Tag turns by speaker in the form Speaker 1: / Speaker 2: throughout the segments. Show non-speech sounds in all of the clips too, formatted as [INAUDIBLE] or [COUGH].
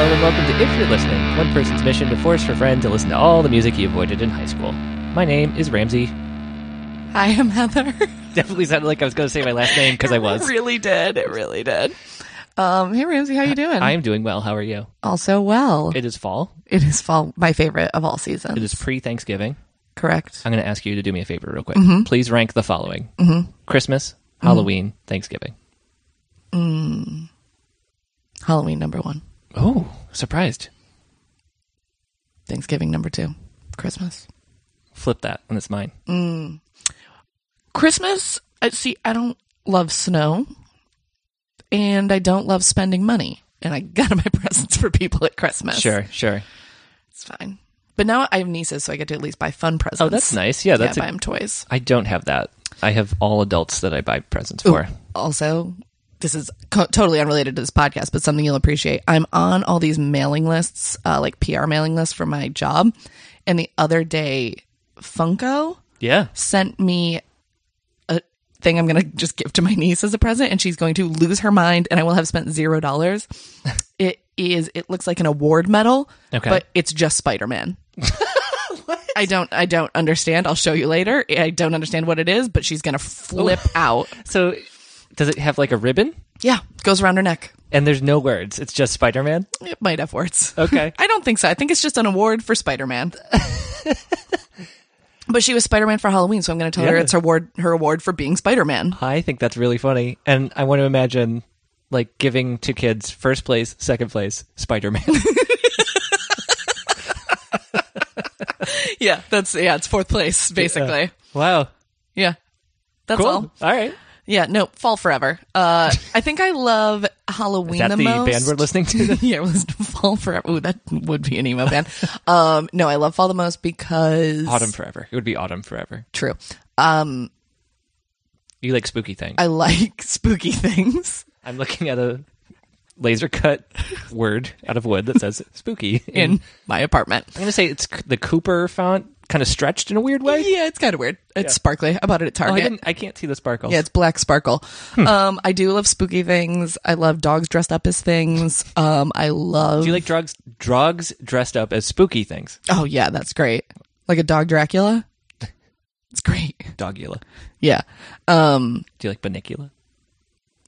Speaker 1: if you're listening, one person's mission to force her friend to listen to all the music he avoided in high school. My name is Ramsey. [LAUGHS]
Speaker 2: Hi, I'm Heather.
Speaker 1: Definitely sounded like I was going to say my last name
Speaker 2: [LAUGHS]
Speaker 1: because I [LAUGHS]
Speaker 2: It
Speaker 1: was.
Speaker 2: really did. It really did. Um, hey Ramsey, how you doing?
Speaker 1: I am doing well. How are you?
Speaker 2: also well.
Speaker 1: It is fall.
Speaker 2: it is fall, my favorite of all seasons.
Speaker 1: It is pre Thanksgiving.
Speaker 2: correct.
Speaker 1: I'm going to ask you to do me a favor real quick. Please rank the following Christmas, Halloween, Thanksgiving.
Speaker 2: Halloween number one,
Speaker 1: Oh, surprised.
Speaker 2: Thanksgiving number two, Christmas.
Speaker 1: Flip that, and it's mine.
Speaker 2: Christmas. I see. I don't love snow, and I don't love spending money. And I got [LAUGHS] my presents for people at Christmas.
Speaker 1: Sure, sure.
Speaker 2: it's fine. But now I have nieces, so I get to at least buy fun presents.
Speaker 1: Oh, that's nice. Yeah, that's.
Speaker 2: yeah,
Speaker 1: I
Speaker 2: buy them toys.
Speaker 1: I don't have that. I have all adults that I buy presents for.
Speaker 2: also this is co- totally unrelated to this podcast but something you'll appreciate i'm on all these mailing lists uh, like pr mailing lists for my job and the other day funko
Speaker 1: Yeah.
Speaker 2: sent me a thing i'm going to just give to my [LAUGHS] niece as a present and she's going to lose her mind and i will have spent zero dollars it is it looks like an award medal
Speaker 1: Okay.
Speaker 2: but it's just spider-man I don't. I don't understand. I'll show you later. I don't understand what it is, but she's gonna flip out.
Speaker 1: So, does it have like a ribbon?
Speaker 2: Yeah, goes around her neck.
Speaker 1: And there's no words. It's just Spider Man.
Speaker 2: It might have words.
Speaker 1: Okay.
Speaker 2: I don't think so. I think it's just an award for
Speaker 1: [LAUGHS]
Speaker 2: Spider Man. but she was Spider Man for Halloween, so I'm going to tell her
Speaker 1: Yeah.
Speaker 2: it's her award. Her award for being
Speaker 1: [LAUGHS]
Speaker 2: Spider Man.
Speaker 1: [LAUGHS] I think that's really funny, and I want to imagine like giving to kids first place, second place, Spider [LAUGHS] Man.
Speaker 2: Yeah, that's yeah. It's fourth place basically.
Speaker 1: wow.
Speaker 2: Yeah, that's
Speaker 1: Cool.
Speaker 2: all.
Speaker 1: all right.
Speaker 2: Yeah, no, fall forever.
Speaker 1: [LAUGHS]
Speaker 2: Uh, I think I love Halloween
Speaker 1: Is that the,
Speaker 2: the, most.
Speaker 1: band we're
Speaker 2: [LAUGHS]
Speaker 1: listening to?
Speaker 2: yeah, it was fall forever. Ooh, that would be an emo band. Um, no, I love fall the most because
Speaker 1: autumn forever. It would be autumn forever.
Speaker 2: True. Um,
Speaker 1: You like spooky things.
Speaker 2: I [LAUGHS] like spooky things.
Speaker 1: I'm looking at a laser cut word out of wood that
Speaker 2: [LAUGHS]
Speaker 1: says spooky. In
Speaker 2: in my apartment.
Speaker 1: I'm gonna say it's c- the Cooper font, kind of stretched in a weird way.
Speaker 2: [LAUGHS] Yeah, it's kind of weird. It's sparkly. I bought it at
Speaker 1: Oh, I
Speaker 2: Target.
Speaker 1: didn't. Hmm. I can't see the sparkles.
Speaker 2: yeah, it's black sparkle. Um, I do love spooky things. I love dogs dressed up as things. Um, I love.
Speaker 1: Do you like drugs? Drugs dressed up as spooky things.
Speaker 2: Oh yeah, that's great. Like a dog Dracula. It's great.
Speaker 1: Dogula.
Speaker 2: Yeah. Um.
Speaker 1: Do you like Banicula?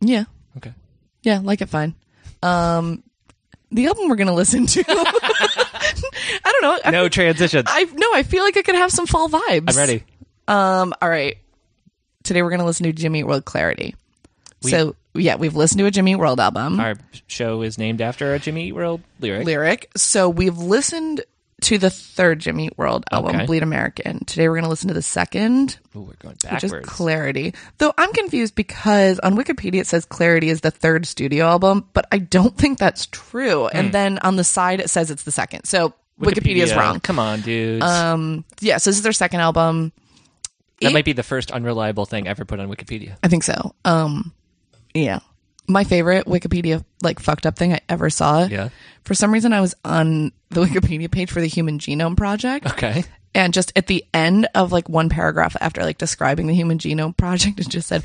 Speaker 2: Yeah.
Speaker 1: Okay.
Speaker 2: Yeah. Like it fine. Um. The album we're gonna
Speaker 1: [LAUGHS]
Speaker 2: listen to. I don't know. I,
Speaker 1: No transitions.
Speaker 2: I no. I feel like I could have some fall vibes.
Speaker 1: I'm ready.
Speaker 2: Um, all right. Today we're going to listen to Jimmy Eat World Clarity. so, yeah, we've listened to a Jimmy Eat World album
Speaker 1: Our show is named after a Jimmy Eat World lyric.
Speaker 2: lyric. So, we've listened to the third Jimmy Eat World album,
Speaker 1: Okay.
Speaker 2: Bleed American. Today we're going to listen to the second,
Speaker 1: Ooh, we're going
Speaker 2: which
Speaker 1: backwards.
Speaker 2: is Clarity. Though I'm confused because on Wikipedia it says Clarity is the third studio album, but I don't think that's true.
Speaker 1: Hmm.
Speaker 2: And then on the side it says it's the second. So, Wikipedia's wrong.
Speaker 1: Come on, dudes.
Speaker 2: Um, yeah, so this is their second album.
Speaker 1: that might be the first unreliable thing ever put on Wikipedia.
Speaker 2: I think so. Um, yeah. My favorite Wikipedia like fucked up thing I ever saw.
Speaker 1: Yeah.
Speaker 2: For some reason, I was on the [LAUGHS] Wikipedia page for the Human Genome Project,
Speaker 1: Okay.
Speaker 2: and just at the end of like one paragraph after like describing the Human Genome Project, it just said,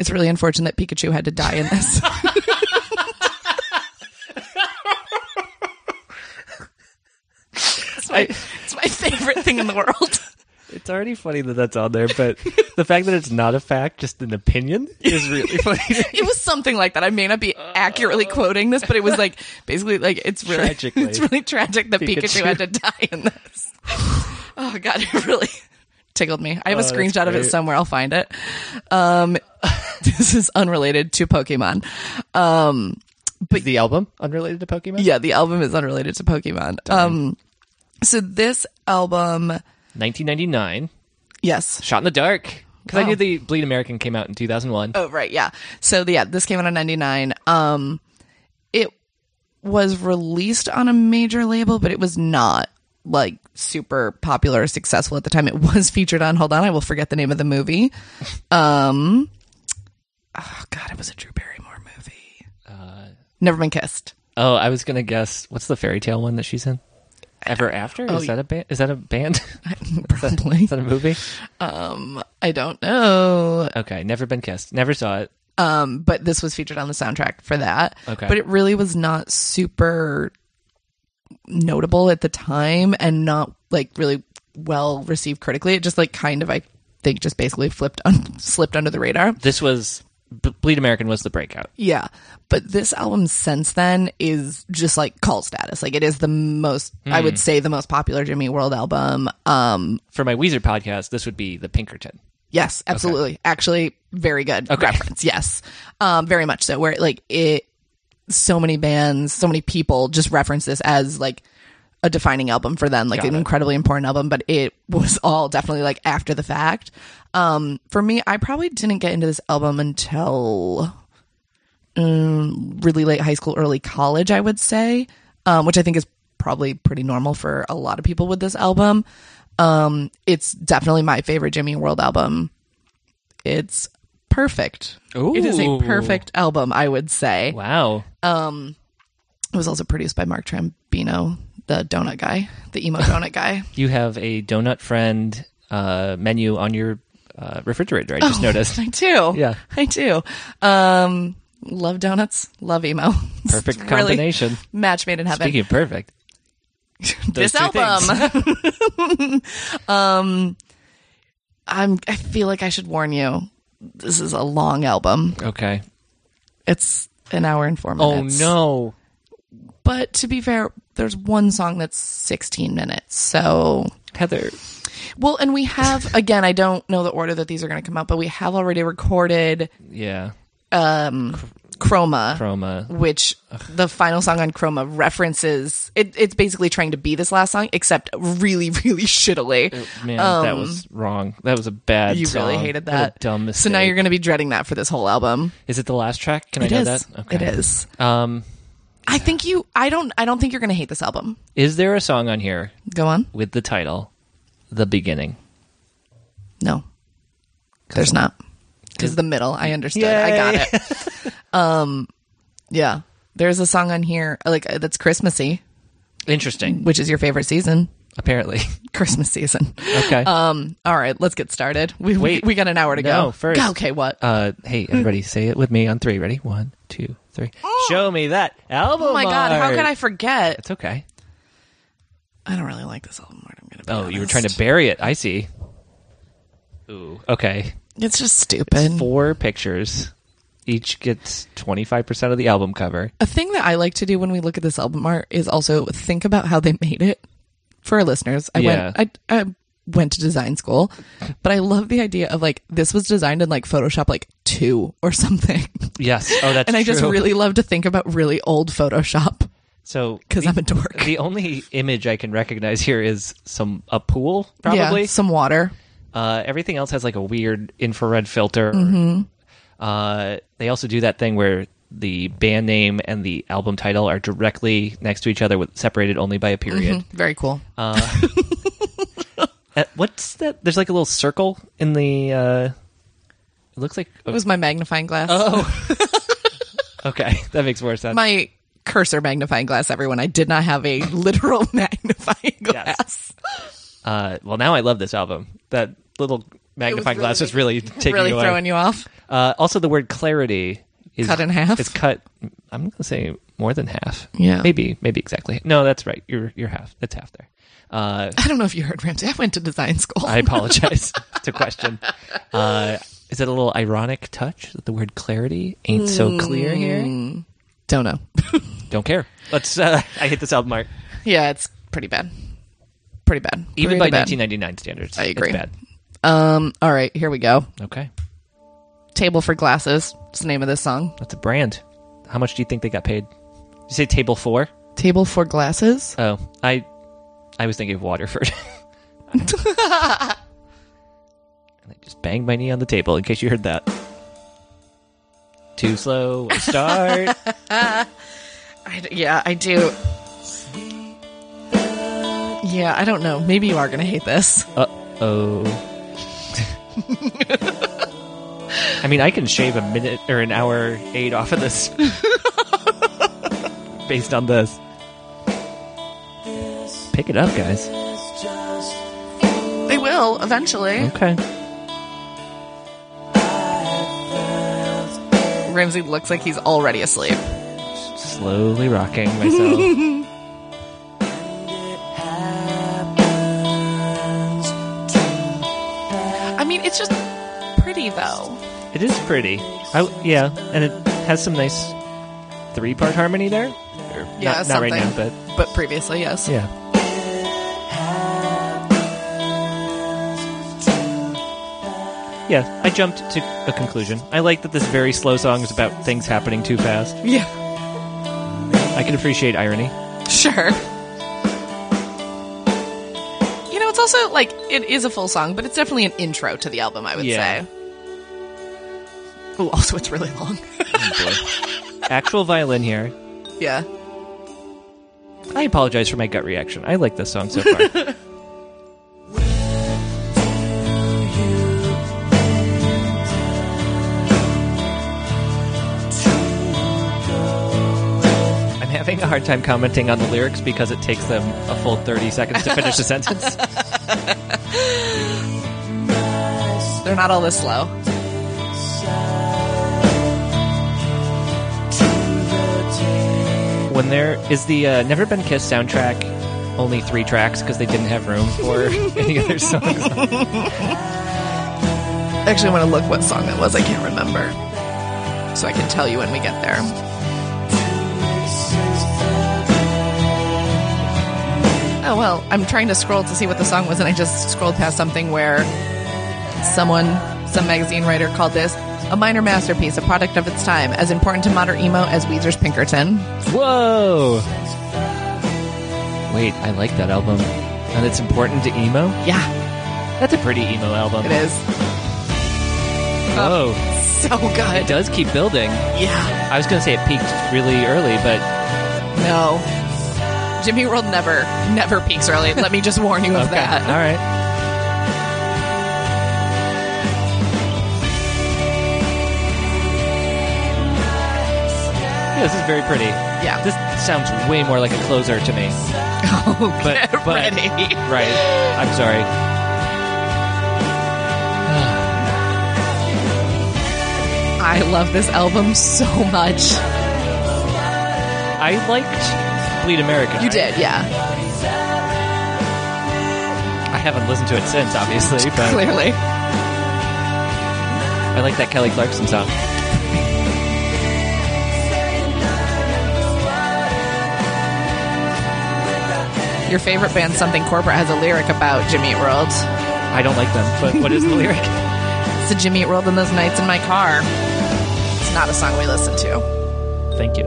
Speaker 2: "It's really unfortunate that Pikachu had to die in this." [LAUGHS] it's, my, it's my favorite thing in the world.
Speaker 1: It's already funny that that's on there, but the fact that it's not a fact, just an opinion, is really funny.
Speaker 2: it was something like that. I may not be accurately quoting this, but it was
Speaker 1: [LAUGHS]
Speaker 2: like basically like it's really
Speaker 1: Uh. Tragically.
Speaker 2: it's really tragic that
Speaker 1: Pikachu.
Speaker 2: Pikachu. had to die in this. oh god, it really tickled me. I have a
Speaker 1: Oh, that's
Speaker 2: screenshot of it
Speaker 1: great.
Speaker 2: somewhere. I'll find it. Um, [LAUGHS] this is unrelated to Pokemon. Um,
Speaker 1: [LAUGHS] But the album unrelated to Pokemon.
Speaker 2: yeah, the album is unrelated to Pokemon. Um, so this album,
Speaker 1: 1999,
Speaker 2: yes,
Speaker 1: Shot in the Dark. Because I
Speaker 2: Wow.
Speaker 1: knew the Bleed American came out in 2001.
Speaker 2: Oh, right. Yeah. So, yeah, this came out in 99. Um, it was released on a major label, but it was not like super popular or successful at the time. It [LAUGHS] was featured on, hold on, I will forget the name of the movie. Um, oh, God, it was a Drew Barrymore movie. Never Been Kissed. [LAUGHS]
Speaker 1: Oh, I was gonna guess. What's the fairy tale one that she's in? Ever After?
Speaker 2: Oh,
Speaker 1: is that a band? Is that a band? [LAUGHS]
Speaker 2: Probably.
Speaker 1: is that a movie?
Speaker 2: I don't know.
Speaker 1: Okay, never been kissed. Never saw it.
Speaker 2: Um, but this was featured on the soundtrack for that.
Speaker 1: Okay.
Speaker 2: But it really was not super notable at the time and not like really well received critically. It just like kind of I think just basically flipped un- slipped under the radar.
Speaker 1: This was B- Bleed American was the breakout.
Speaker 2: Yeah. But this album since then is just like cult status. Like it is the most I would say the most popular Jimmy World album. Um
Speaker 1: For my Weezer podcast, this would be the Pinkerton.
Speaker 2: yes, absolutely. Actually very good reference. Yes. Um very much so where like it so many bands, so many people just reference this as like a defining album for them, like an incredibly important album, but it was all definitely like after the fact. Um for me, I probably didn't get into this album until mm, really late high school, early college, I would say, um, which I think is probably pretty normal for a lot of people with this album. Um, it's definitely my favorite Jimmy World album. It's perfect. It is a
Speaker 1: Ooh.
Speaker 2: perfect album, I would say.
Speaker 1: Wow.
Speaker 2: It was also produced by Mark Trambino, the donut guy, the
Speaker 1: [LAUGHS]
Speaker 2: emo donut guy. [LAUGHS]
Speaker 1: You have a donut friend uh, menu on your uh, refrigerator. I just
Speaker 2: Oh. [LAUGHS]
Speaker 1: noticed.
Speaker 2: I do.
Speaker 1: Yeah.
Speaker 2: I do. Um, love donuts, love emo. It's
Speaker 1: Perfect
Speaker 2: really
Speaker 1: combination.
Speaker 2: match made in heaven.
Speaker 1: Speaking of perfect, those
Speaker 2: this
Speaker 1: two things.
Speaker 2: album. um,
Speaker 1: [LAUGHS]
Speaker 2: [LAUGHS] I'm. I feel like I should warn you. This is a long album.
Speaker 1: Okay.
Speaker 2: It's an hour and four
Speaker 1: Oh
Speaker 2: minutes.
Speaker 1: no.
Speaker 2: But to be fair, there's one song that's 16 minutes. So
Speaker 1: Heather.
Speaker 2: well, and
Speaker 1: [LAUGHS]
Speaker 2: we have again. I don't know the order that these are going to come out, but we have already recorded um,
Speaker 1: Yeah.
Speaker 2: Chroma.
Speaker 1: Chroma.
Speaker 2: which the final song on Chroma references it, it's basically trying to be this last song, except really, [LAUGHS] really shittily.
Speaker 1: Man, that was wrong. That was a bad
Speaker 2: Um, You really
Speaker 1: song.
Speaker 2: hated
Speaker 1: What a
Speaker 2: that.
Speaker 1: dumb mistake.
Speaker 2: So now you're going to be dreading that for this whole album.
Speaker 1: Is it the last track? Can
Speaker 2: It
Speaker 1: I know
Speaker 2: is.
Speaker 1: that? Okay.
Speaker 2: It is.
Speaker 1: Um
Speaker 2: I think you. I don't. I don't think you're going to hate this album.
Speaker 1: is there a song on here
Speaker 2: Go on.
Speaker 1: with the title The Beginning?
Speaker 2: No, there's not. Because the middle, I understood. I got it. [LAUGHS] um, yeah. There's a song on here like uh, that's Christmassy,
Speaker 1: Interesting,
Speaker 2: which is your favorite season.
Speaker 1: apparently. Uh,
Speaker 2: Christmas season.
Speaker 1: [LAUGHS] Okay.
Speaker 2: Um. All right, let's get started. [LAUGHS] We
Speaker 1: Wait.
Speaker 2: we, we got an hour to
Speaker 1: No,
Speaker 2: go.
Speaker 1: first.
Speaker 2: Okay. What?
Speaker 1: Uh, hey, everybody, say it with me on three. Ready? One, two, three. [GASPS] Show me that album.
Speaker 2: oh my god! How
Speaker 1: art.
Speaker 2: could I forget?
Speaker 1: It's okay.
Speaker 2: I don't really like this album art. I'm gonna. Be
Speaker 1: Oh, you were
Speaker 2: honest.
Speaker 1: trying to bury it. I see. Ooh. Okay.
Speaker 2: It's just stupid.
Speaker 1: Four pictures. Each gets twenty five percent of the album cover.
Speaker 2: A thing that I like to do when we look at this album art is also think about how they made it for our listeners. I went I, I went to design school, but I love the idea of like this was designed in like Photoshop like 2 or something. [LAUGHS]
Speaker 1: Yes. Oh, that's
Speaker 2: And I just
Speaker 1: true.
Speaker 2: really love to think about really old Photoshop
Speaker 1: so
Speaker 2: cuz
Speaker 1: the-
Speaker 2: I'm a dork.
Speaker 1: The only image I can recognize here is some a pool, probably.
Speaker 2: Yeah, some water.
Speaker 1: Uh, everything else has like a weird infrared filter.
Speaker 2: Mm-hmm.
Speaker 1: Uh, they also do that thing where the band name and the album title are directly next to each other, with separated only by a period.
Speaker 2: Very cool.
Speaker 1: Um,
Speaker 2: Mm-hmm. [LAUGHS]
Speaker 1: Uh, what's that? There's like a little circle in the. Uh, it looks like.
Speaker 2: it was my magnifying glass.
Speaker 1: oh. Okay, [LAUGHS] that makes more sense.
Speaker 2: [LAUGHS] my cursor magnifying glass everyone. I did not have a [LAUGHS] literal magnifying glass.
Speaker 1: uh, well, now I love this album. That little magnifying glass
Speaker 2: really-
Speaker 1: is
Speaker 2: [LAUGHS]
Speaker 1: really taking
Speaker 2: Really
Speaker 1: you away.
Speaker 2: throwing you off.
Speaker 1: Uh, also, the word clarity is
Speaker 2: Cut in half?
Speaker 1: It's cut. I'm going to say more than half.
Speaker 2: Yeah.
Speaker 1: maybe, maybe exactly. No, that's right. You're you're half. That's half there. Uh,
Speaker 2: I don't know if you heard Ramsey. I went to design school. [LAUGHS]
Speaker 1: I apologize to question. Uh, is it a little ironic touch that the word clarity ain't
Speaker 2: Mm.
Speaker 1: so clear here?
Speaker 2: don't know.
Speaker 1: Don't care. Let's. Uh, [LAUGHS] I hate this album art.
Speaker 2: Yeah, it's pretty bad. Pretty bad.
Speaker 1: Even by
Speaker 2: Pretty bad.
Speaker 1: 1999 standards,
Speaker 2: I agree.
Speaker 1: It's bad.
Speaker 2: Um. All right, here we go.
Speaker 1: Okay,
Speaker 2: Table for glasses. It's the name of this song.
Speaker 1: that's a brand. How much do you think they got paid? Did you say table four?
Speaker 2: Table for glasses.
Speaker 1: Oh, I, I was thinking of Waterford. [LAUGHS] and I just banged my knee on the table in case you heard that. Too slow a start.
Speaker 2: I d yeah, I do. Yeah, I don't know. Maybe you are gonna hate this.
Speaker 1: uh oh. I mean, I can shave a minute or an hour eight off of this based on this. Pick it up, guys.
Speaker 2: They will eventually.
Speaker 1: Okay.
Speaker 2: Ramsey looks like he's already asleep.
Speaker 1: Slowly rocking myself.
Speaker 2: pretty though.
Speaker 1: It is pretty. I, yeah, and it has some nice three part harmony there. Or
Speaker 2: Yeah,
Speaker 1: not, not right
Speaker 2: something.
Speaker 1: now, but
Speaker 2: But previously, yes.
Speaker 1: yeah. Yeah, I jumped to a conclusion. I like that this very slow song is about things happening too fast.
Speaker 2: Yeah.
Speaker 1: I can appreciate irony.
Speaker 2: Sure. You know, it's also like it is a full song, but it's definitely an intro to the album, I would
Speaker 1: Yeah.
Speaker 2: say. Ooh, also it's really long. [LAUGHS]
Speaker 1: Actual violin here.
Speaker 2: yeah.
Speaker 1: I apologize for my gut reaction. I like this song so far. I'm having a hard time commenting on the lyrics because it takes them a full 30 seconds to finish a sentence.
Speaker 2: They're not all this slow.
Speaker 1: When there is the uh, Never Been Kissed soundtrack, only three tracks because they didn't have room for any other songs.
Speaker 2: Actually, I want to look what song that was. I can't remember. So I can tell you when we get there. Oh, well, I'm trying to scroll to see what the song was, and I just scrolled past something where someone, some magazine writer, called this a minor masterpiece, a product of its time, as important to modern emo as Weezer's Pinkerton.
Speaker 1: Whoa! Wait, I like that album. And it's important to emo?
Speaker 2: Yeah,
Speaker 1: That's a pretty emo album.
Speaker 2: it is. [LAUGHS]
Speaker 1: Whoa.
Speaker 2: So
Speaker 1: It
Speaker 2: good.
Speaker 1: does keep building.
Speaker 2: Yeah.
Speaker 1: I was going to say it peaked really early, but
Speaker 2: No. Jimmy World never, never peaks early. Let me just warn you of
Speaker 1: okay.
Speaker 2: that.
Speaker 1: All right. Yeah, this is very pretty.
Speaker 2: Yeah.
Speaker 1: This sounds way more like a closer to me. [LAUGHS]
Speaker 2: Oh,
Speaker 1: But-
Speaker 2: get
Speaker 1: but-
Speaker 2: ready.
Speaker 1: Right. I'm sorry.
Speaker 2: I love this album so much.
Speaker 1: I liked Bleed America.
Speaker 2: You did, yeah,
Speaker 1: I haven't listened to it since, obviously, but
Speaker 2: clearly.
Speaker 1: I like that Kelly Clarkson song.
Speaker 2: Your favorite band, Something Corporate, has a lyric about Jimmy Eat World.
Speaker 1: I don't like them, but what is
Speaker 2: [LAUGHS]
Speaker 1: the lyric?
Speaker 2: It's the Jimmy Eat World and those nights in my car. It's not a song we listen to.
Speaker 1: Thank you.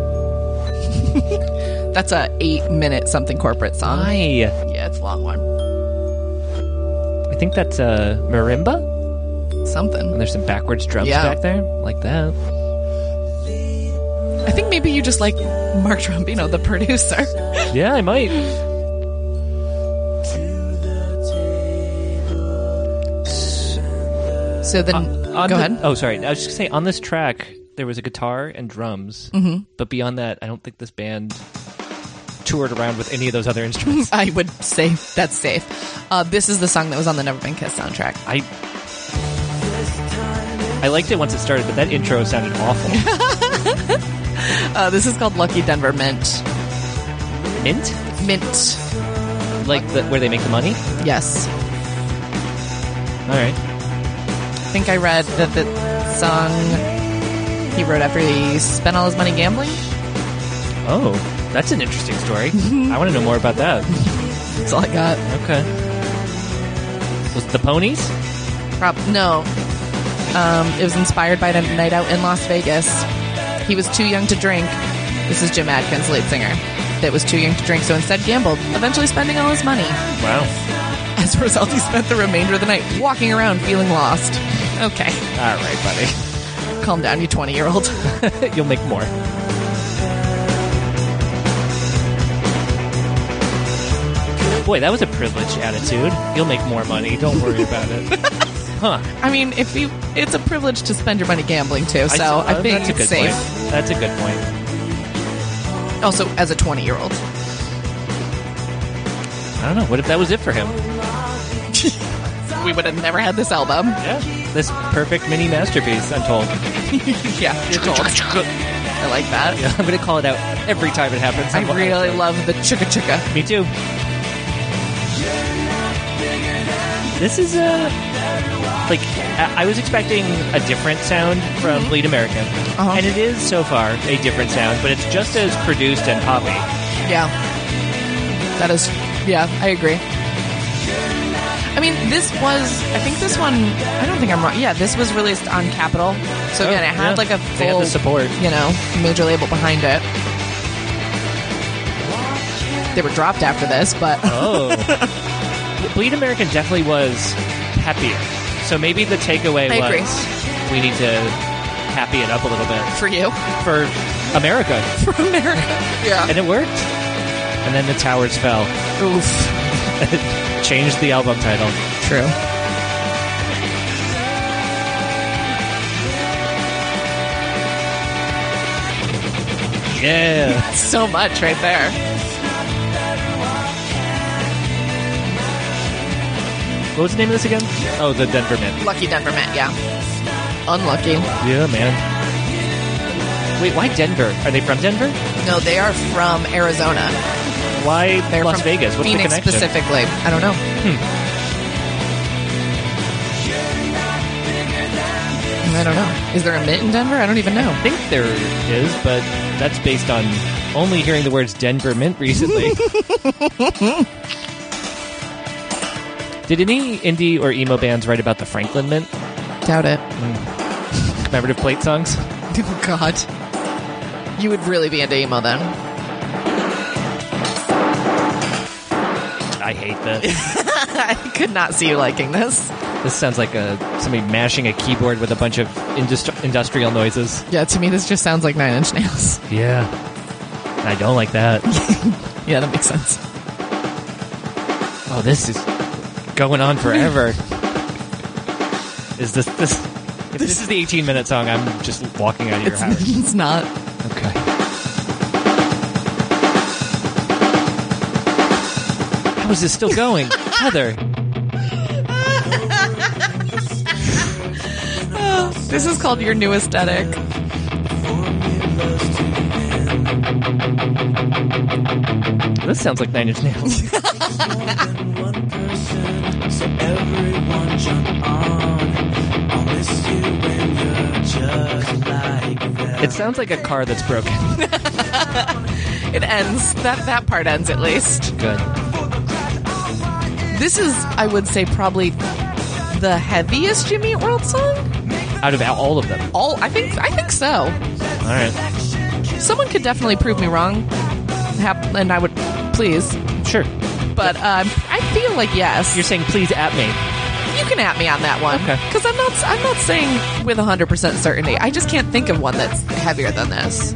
Speaker 2: That's a eight minute Something Corporate song.
Speaker 1: I
Speaker 2: Yeah, it's a long one.
Speaker 1: I think that's uh, marimba. And
Speaker 2: Something.
Speaker 1: there's some backwards drums
Speaker 2: Yeah.
Speaker 1: back there, like that.
Speaker 2: I think maybe you just like Mark Trombino, the producer.
Speaker 1: Yeah, I might.
Speaker 2: So then,
Speaker 1: On the-
Speaker 2: go ahead.
Speaker 1: Oh, sorry. I was just gonna say on this track there was a guitar and drums, mm-hmm. but beyond that, I don't think this band toured around with any of those other
Speaker 2: [LAUGHS]
Speaker 1: instruments.
Speaker 2: I would say that's safe. Uh, this is the song that was on the Never Been Kissed soundtrack.
Speaker 1: I I liked it once it started, but that intro sounded
Speaker 2: [LAUGHS]
Speaker 1: awful.
Speaker 2: Uh, this is called Lucky Denver Mint.
Speaker 1: Mint,
Speaker 2: Mint.
Speaker 1: like the, where they make the money.
Speaker 2: Yes.
Speaker 1: All right.
Speaker 2: I think I read that the song he wrote after he spent all his money gambling.
Speaker 1: Oh, that's an interesting story. I want to know more about that.
Speaker 2: That's all I got.
Speaker 1: Okay. Was it the ponies?
Speaker 2: Prob- no. Um, it was inspired by a night out in Las Vegas. He was too young to drink. This is Jim Adkins, lead singer, that was too young to drink, so instead gambled, eventually spending all his money. [LAUGHS]
Speaker 1: Wow.
Speaker 2: As a result, he spent the remainder of the night walking around feeling lost. Okay,
Speaker 1: All right,
Speaker 2: calm down, you 20 year old.
Speaker 1: buddy. [LAUGHS] You'll make more. Boy, that was a privileged attitude. You'll make more money. Don't worry about [LAUGHS] it. Huh.
Speaker 2: [LAUGHS] I mean, if you, it's a privilege to spend your money gambling too, so
Speaker 1: uh,
Speaker 2: I, think
Speaker 1: that's a
Speaker 2: it's
Speaker 1: good
Speaker 2: safe.
Speaker 1: point. That's a good point.
Speaker 2: Also, as a 20 year old.
Speaker 1: I don't know. What if that was it for him?
Speaker 2: we would have never had this album.
Speaker 1: Yeah. This perfect mini masterpiece, I'm told.
Speaker 2: yeah, you're cold. I like that.
Speaker 1: Yeah, I'm going to call it out every time it [LAUGHS] happens.
Speaker 2: I really love the chicka chicka.
Speaker 1: Me too. This is uh, like I I was expecting a different sound from Bleed America,
Speaker 2: Mm-hmm. Uh-huh.
Speaker 1: and it is so far a different sound, but it's just as produced and poppy.
Speaker 2: Yeah. That is, yeah, I agree. I mean, this was, I think this one, I don't think I'm wrong. Yeah, this was released on Capitol. So
Speaker 1: Oh,
Speaker 2: again, it had
Speaker 1: yeah.
Speaker 2: like a
Speaker 1: They had
Speaker 2: full
Speaker 1: the support.
Speaker 2: you know, major label behind it. They were dropped after this, but
Speaker 1: [LAUGHS] Oh, Bleed America definitely was happier. So maybe the takeaway
Speaker 2: I
Speaker 1: was
Speaker 2: agree.
Speaker 1: we need to happy it up a little bit
Speaker 2: [LAUGHS] for you,
Speaker 1: for America,
Speaker 2: for America. Yeah.
Speaker 1: and it worked. And then the towers fell. [LAUGHS]
Speaker 2: Oof.
Speaker 1: Changed the album title.
Speaker 2: True.
Speaker 1: Yeah.
Speaker 2: So much right there.
Speaker 1: What was the name of this again? Oh, the Denver Mint.
Speaker 2: Lucky Denver Met, yeah. Unlucky.
Speaker 1: Yeah, man. Wait, why Denver? Are they from Denver?
Speaker 2: No, they are from Arizona.
Speaker 1: Why
Speaker 2: They're
Speaker 1: Las
Speaker 2: from
Speaker 1: Vegas? What's
Speaker 2: Phoenix
Speaker 1: the connection?
Speaker 2: specifically. I don't know. Hmm. I don't know. Is there a mint in Denver? I don't even know.
Speaker 1: I think there is, but that's based on only hearing the words Denver Mint [LAUGHS] recently. Did any indie or emo bands write about the Franklin Mint?
Speaker 2: Doubt it. [LAUGHS]
Speaker 1: Commemorative plate songs?
Speaker 2: Oh God. You would really be into emo then. [LAUGHS]
Speaker 1: I hate this.
Speaker 2: I could not see you liking this.
Speaker 1: [LAUGHS] this sounds like a, somebody mashing a keyboard with a bunch of industri- industrial noises.
Speaker 2: Yeah, to me this just sounds like Nine Inch Nails. [LAUGHS]
Speaker 1: Yeah. I don't like that.
Speaker 2: Yeah, that makes sense.
Speaker 1: Oh, this is going on forever. is this this? If this, is the 18 minute song, I'm just walking out of your
Speaker 2: It's,
Speaker 1: house.
Speaker 2: [LAUGHS] it's not.
Speaker 1: Okay. How is this still going, Heather?
Speaker 2: This is called Your New Aesthetic.
Speaker 1: This sounds like Nine Inch Nails. It sounds like a car that's broken.
Speaker 2: It ends. That that part ends at least.
Speaker 1: Good.
Speaker 2: This is, I would say, probably the heaviest Jimmy Eat World song.
Speaker 1: Out of all of them.
Speaker 2: All I think I think so.
Speaker 1: All right.
Speaker 2: Someone could definitely prove me wrong, Hap- and I would please.
Speaker 1: Sure.
Speaker 2: But um, I feel like yes.
Speaker 1: You're saying please at me.
Speaker 2: You can at me on that one
Speaker 1: Okay.
Speaker 2: because I'm not I'm not saying with 100 percent certainty. I just can't think of one that's heavier than this.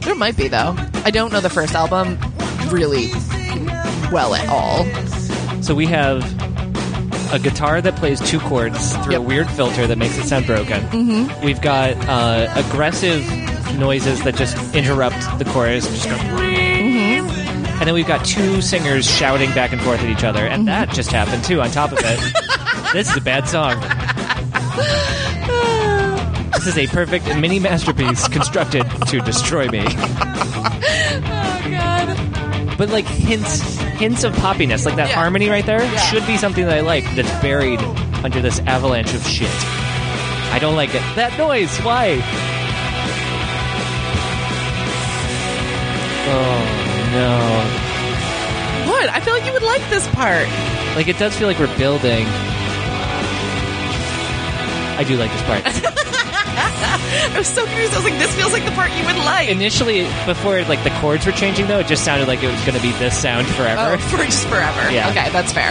Speaker 2: There might be though. I don't know the first album really well at all.
Speaker 1: So we have a guitar that plays two chords through
Speaker 2: Yep.
Speaker 1: a weird filter that makes it sound broken. Mm-hmm. We've got uh, aggressive noises that just interrupt the chorus. and Just go, And then we've got two singers shouting back and forth at each other. And that just happened too, on top of it. this is a bad song. This is a perfect mini masterpiece constructed to destroy me.
Speaker 2: Oh God!
Speaker 1: But like hints, hints of poppiness, like that
Speaker 2: Yeah.
Speaker 1: harmony right there,
Speaker 2: Yeah.
Speaker 1: should be something that I like. That's buried under this avalanche of shit. I don't like it. That noise. Why? Oh
Speaker 2: What? I feel like you would like this part. [LAUGHS]
Speaker 1: no! Like it does feel like we're building. I do like this
Speaker 2: [LAUGHS]
Speaker 1: part.
Speaker 2: I was so confused. I was like, this feels like the part you would like.
Speaker 1: Initially, before like the chords were changing, though, it just sounded like it was going to be this sound
Speaker 2: oh,
Speaker 1: forever.
Speaker 2: [LAUGHS] for just forever.
Speaker 1: Yeah.
Speaker 2: Okay, that's fair.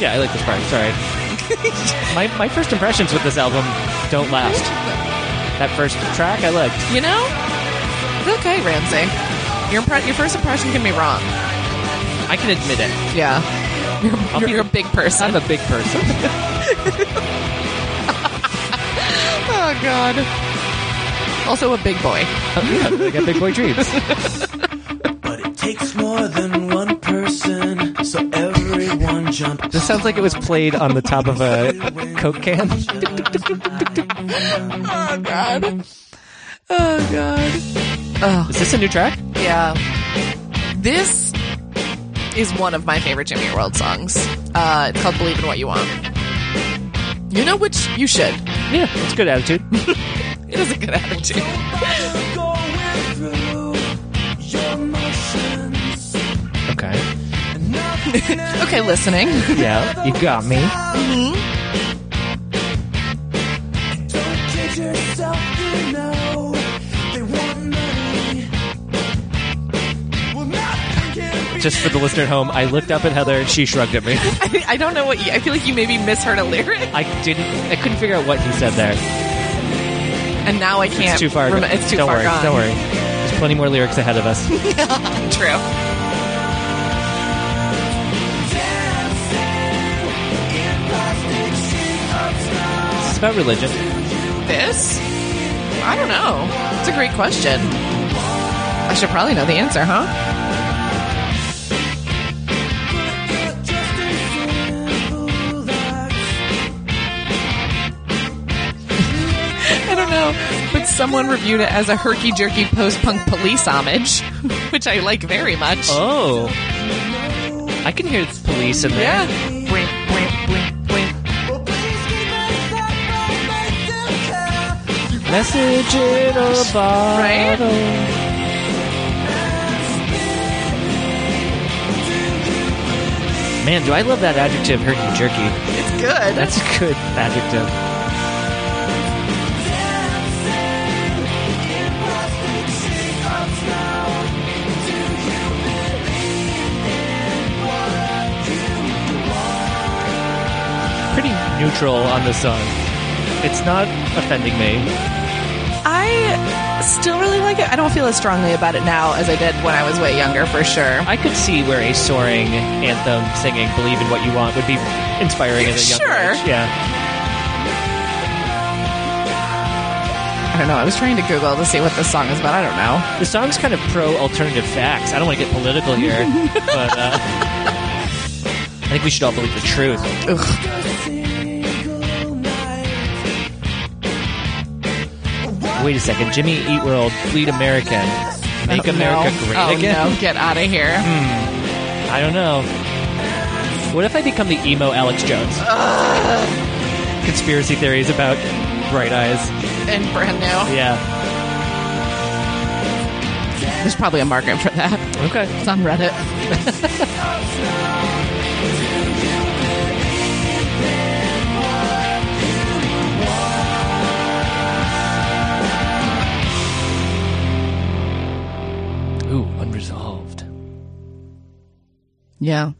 Speaker 1: Yeah, I like this part. Sorry. my, my first impressions with this album don't last. That first track I liked.
Speaker 2: You know? It's okay, Ramsey. Your impre- your first impression can be wrong.
Speaker 1: I can admit it.
Speaker 2: Yeah. You're,
Speaker 1: I'll
Speaker 2: you're,
Speaker 1: be-
Speaker 2: you're a big person.
Speaker 1: I'm a big person.
Speaker 2: oh God. Also a big boy.
Speaker 1: yeah, [LAUGHS] I got big boy dreams.
Speaker 3: But it takes more than one person, so everyone jump.
Speaker 1: This sounds like it was played on the top of a Coke can.
Speaker 2: Oh God. Oh God.
Speaker 1: Is this a new track?
Speaker 2: Yeah. This is one of my favorite Jimmy Eat World songs. Uh, it's called Believe in What You Want. You know which you should.
Speaker 1: Yeah, it's a good attitude.
Speaker 2: [LAUGHS] It is a good attitude.
Speaker 3: Going through your emotions
Speaker 1: okay.
Speaker 3: and
Speaker 1: [LAUGHS]
Speaker 3: nothing
Speaker 2: Okay, listening. [LAUGHS]
Speaker 1: Yeah, you got me.
Speaker 3: Don't kid yourself, you know they want money. Well, nothing can be
Speaker 1: Just for the listener at home, I looked up at Heather. She shrugged at [LAUGHS] me.
Speaker 2: I, I don't know what you, I feel like you maybe misheard a lyric,
Speaker 1: I didn't. I couldn't figure out what he said there.
Speaker 2: and now I can't.
Speaker 1: It's too far.
Speaker 2: rem-
Speaker 1: gone.
Speaker 2: it's too
Speaker 1: don't
Speaker 2: far
Speaker 1: worry.
Speaker 2: gone.
Speaker 1: Don't worry. There's plenty more lyrics ahead of
Speaker 2: [LAUGHS]
Speaker 1: us.
Speaker 2: True.
Speaker 1: It's about religion.
Speaker 2: This? I don't know. It's a great question. I should probably know the answer, huh?
Speaker 3: just a simple life.
Speaker 2: I don't know. But someone reviewed it as a herky jerky post punk police homage, [LAUGHS] which I like very much.
Speaker 1: Oh, I can hear it's police in there.
Speaker 2: Yeah. Wink, wink, wink, wink.
Speaker 3: Well, please keep it separate, make them care.
Speaker 1: Message in a bottle.
Speaker 2: Right?
Speaker 1: Man, do I love that adjective, herky jerky.
Speaker 2: It's good.
Speaker 1: That's a good adjective. Pretty neutral on this song. It's not offending me.
Speaker 2: I still really like it. I don't feel as strongly about it now as I did when I was way younger, for sure.
Speaker 1: I could see where a soaring anthem singing "Believe in What You Want" would be inspiring as a young
Speaker 2: Sure.
Speaker 1: age. Yeah,
Speaker 2: I don't know. I was trying to Google to see what this song is about. I don't know.
Speaker 1: the song's kind of pro alternative facts. I don't want to get political
Speaker 2: [LAUGHS]
Speaker 1: here, but uh, I think we should all believe the truth.
Speaker 2: Ugh.
Speaker 1: Wait a second, Jimmy Eat World, Fleet American, Make
Speaker 2: Oh,
Speaker 1: America
Speaker 2: no.
Speaker 1: Great
Speaker 2: oh,
Speaker 1: Again. Hmm.
Speaker 2: No. Get out of here.
Speaker 1: I don't know. What if I become the emo Alex Jones? Conspiracy theories about bright eyes.
Speaker 2: And brand new.
Speaker 1: Yeah.
Speaker 2: There's probably a market for that.
Speaker 1: Okay.
Speaker 2: It's on Reddit.
Speaker 1: Ooh, unresolved.
Speaker 2: Yeah.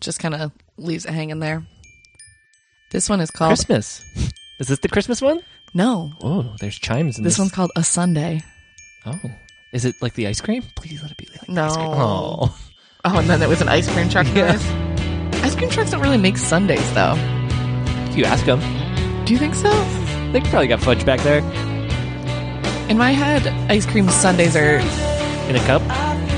Speaker 2: Just kind of leaves it hanging there. This one is called
Speaker 1: Christmas. Is this the Christmas one?
Speaker 2: No.
Speaker 1: Oh, there's chimes in
Speaker 2: This
Speaker 1: this.
Speaker 2: one's called A Sunday.
Speaker 1: Oh. Is it like the ice cream? Please let it be like the ice cream.
Speaker 2: No.
Speaker 1: Oh.
Speaker 2: Oh, and then there was an ice cream truck.
Speaker 1: Yeah.
Speaker 2: noise. Ice cream trucks don't really make Sundays, though.
Speaker 1: If you ask them,
Speaker 2: Do you think so?
Speaker 1: they probably got fudge back there
Speaker 2: In my head, ice cream Sundays are,
Speaker 1: in a cup.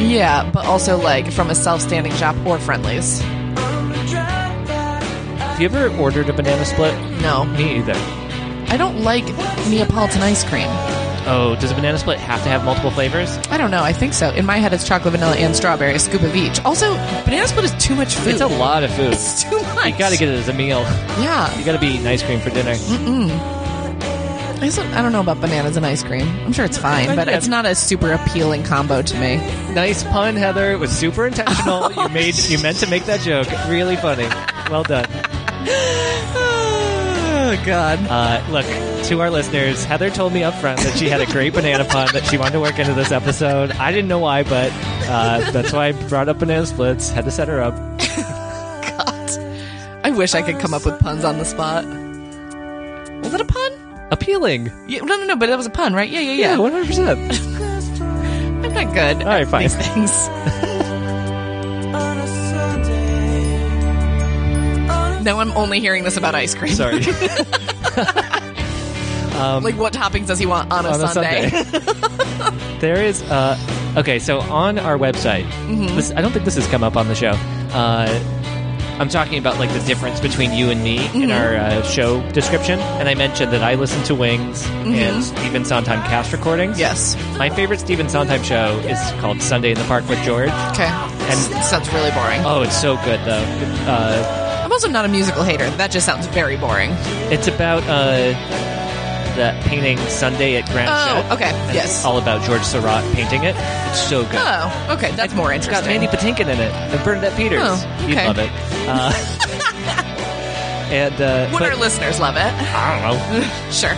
Speaker 2: yeah, but also like from a self standing shop or Friendlies.
Speaker 1: Have you ever ordered a banana split?
Speaker 2: No.
Speaker 1: Me either.
Speaker 2: I don't like Neapolitan ice cream.
Speaker 1: Oh, does a banana split have to have multiple flavors?
Speaker 2: I don't know. I think so. In my head, it's chocolate, vanilla, and strawberry, a scoop of each. Also, banana split is too much food.
Speaker 1: It's a lot of food.
Speaker 2: [LAUGHS] It's too much.
Speaker 1: You gotta get it as a meal.
Speaker 2: Yeah.
Speaker 1: You gotta be eating ice cream for dinner.
Speaker 2: Mm. I don't, I don't know about bananas and ice cream. I'm sure it's fine, but
Speaker 1: Yeah.
Speaker 2: it's not a super appealing combo to
Speaker 1: [LAUGHS]
Speaker 2: me.
Speaker 1: Nice pun, Heather. It was super
Speaker 2: [LAUGHS]
Speaker 1: intentional. you made you meant to make that joke. Really funny. Well done.
Speaker 2: Oh, God.
Speaker 1: Uh, look, to our listeners, Heather told me up front that she had a great banana pun that she wanted to work into this episode. I didn't know why, but uh, that's why I brought up banana splits. Had to set her up.
Speaker 2: I wish I could come up with puns on the spot. Was it a pun?
Speaker 1: Appealing.
Speaker 2: Yeah, no, no, no, but it was a pun, right? Yeah, yeah, yeah.
Speaker 1: Yeah, 100%.
Speaker 2: I'm not good
Speaker 1: All right,
Speaker 2: at
Speaker 1: fine.
Speaker 2: these things.
Speaker 3: On a Sunday.
Speaker 2: No, I'm only hearing this about ice cream.
Speaker 1: Sorry.
Speaker 2: like, what toppings does he want on a,
Speaker 1: on a
Speaker 2: Sunday?
Speaker 1: Sunday. [LAUGHS] there is uh okay, so on our website,
Speaker 2: Mm-hmm.
Speaker 1: this, I don't think this has come up on the show. Uh, I'm talking about like the difference between you and me
Speaker 2: Mm-hmm.
Speaker 1: in our uh, show description, and I mentioned that I listen to Wings and Stephen Sondheim cast recordings.
Speaker 2: Mm-hmm. yes.
Speaker 1: My favorite Stephen Sondheim show is called Sunday in the Park with George.
Speaker 2: [LAUGHS] Okay.
Speaker 1: And
Speaker 2: sounds really boring.
Speaker 1: oh, it's so good though. Uh,
Speaker 2: I'm also not a musical hater. That just sounds very boring.
Speaker 1: it's about uh, that painting Sunday at Grand.
Speaker 2: Oh,
Speaker 1: Chat.
Speaker 2: okay,
Speaker 1: And
Speaker 2: yes.
Speaker 1: It's all about George Surratt painting it. It's so good.
Speaker 2: Oh, okay, that's more
Speaker 1: It's got Mandy
Speaker 2: interesting.
Speaker 1: Patinkin in it and Bernadette Peters.
Speaker 2: Oh,
Speaker 1: You'd
Speaker 2: okay.
Speaker 1: love it. Uh, [LAUGHS] and uh,
Speaker 2: Would
Speaker 1: but-
Speaker 2: our listeners love it? [LAUGHS]
Speaker 1: I don't know.
Speaker 2: Sure.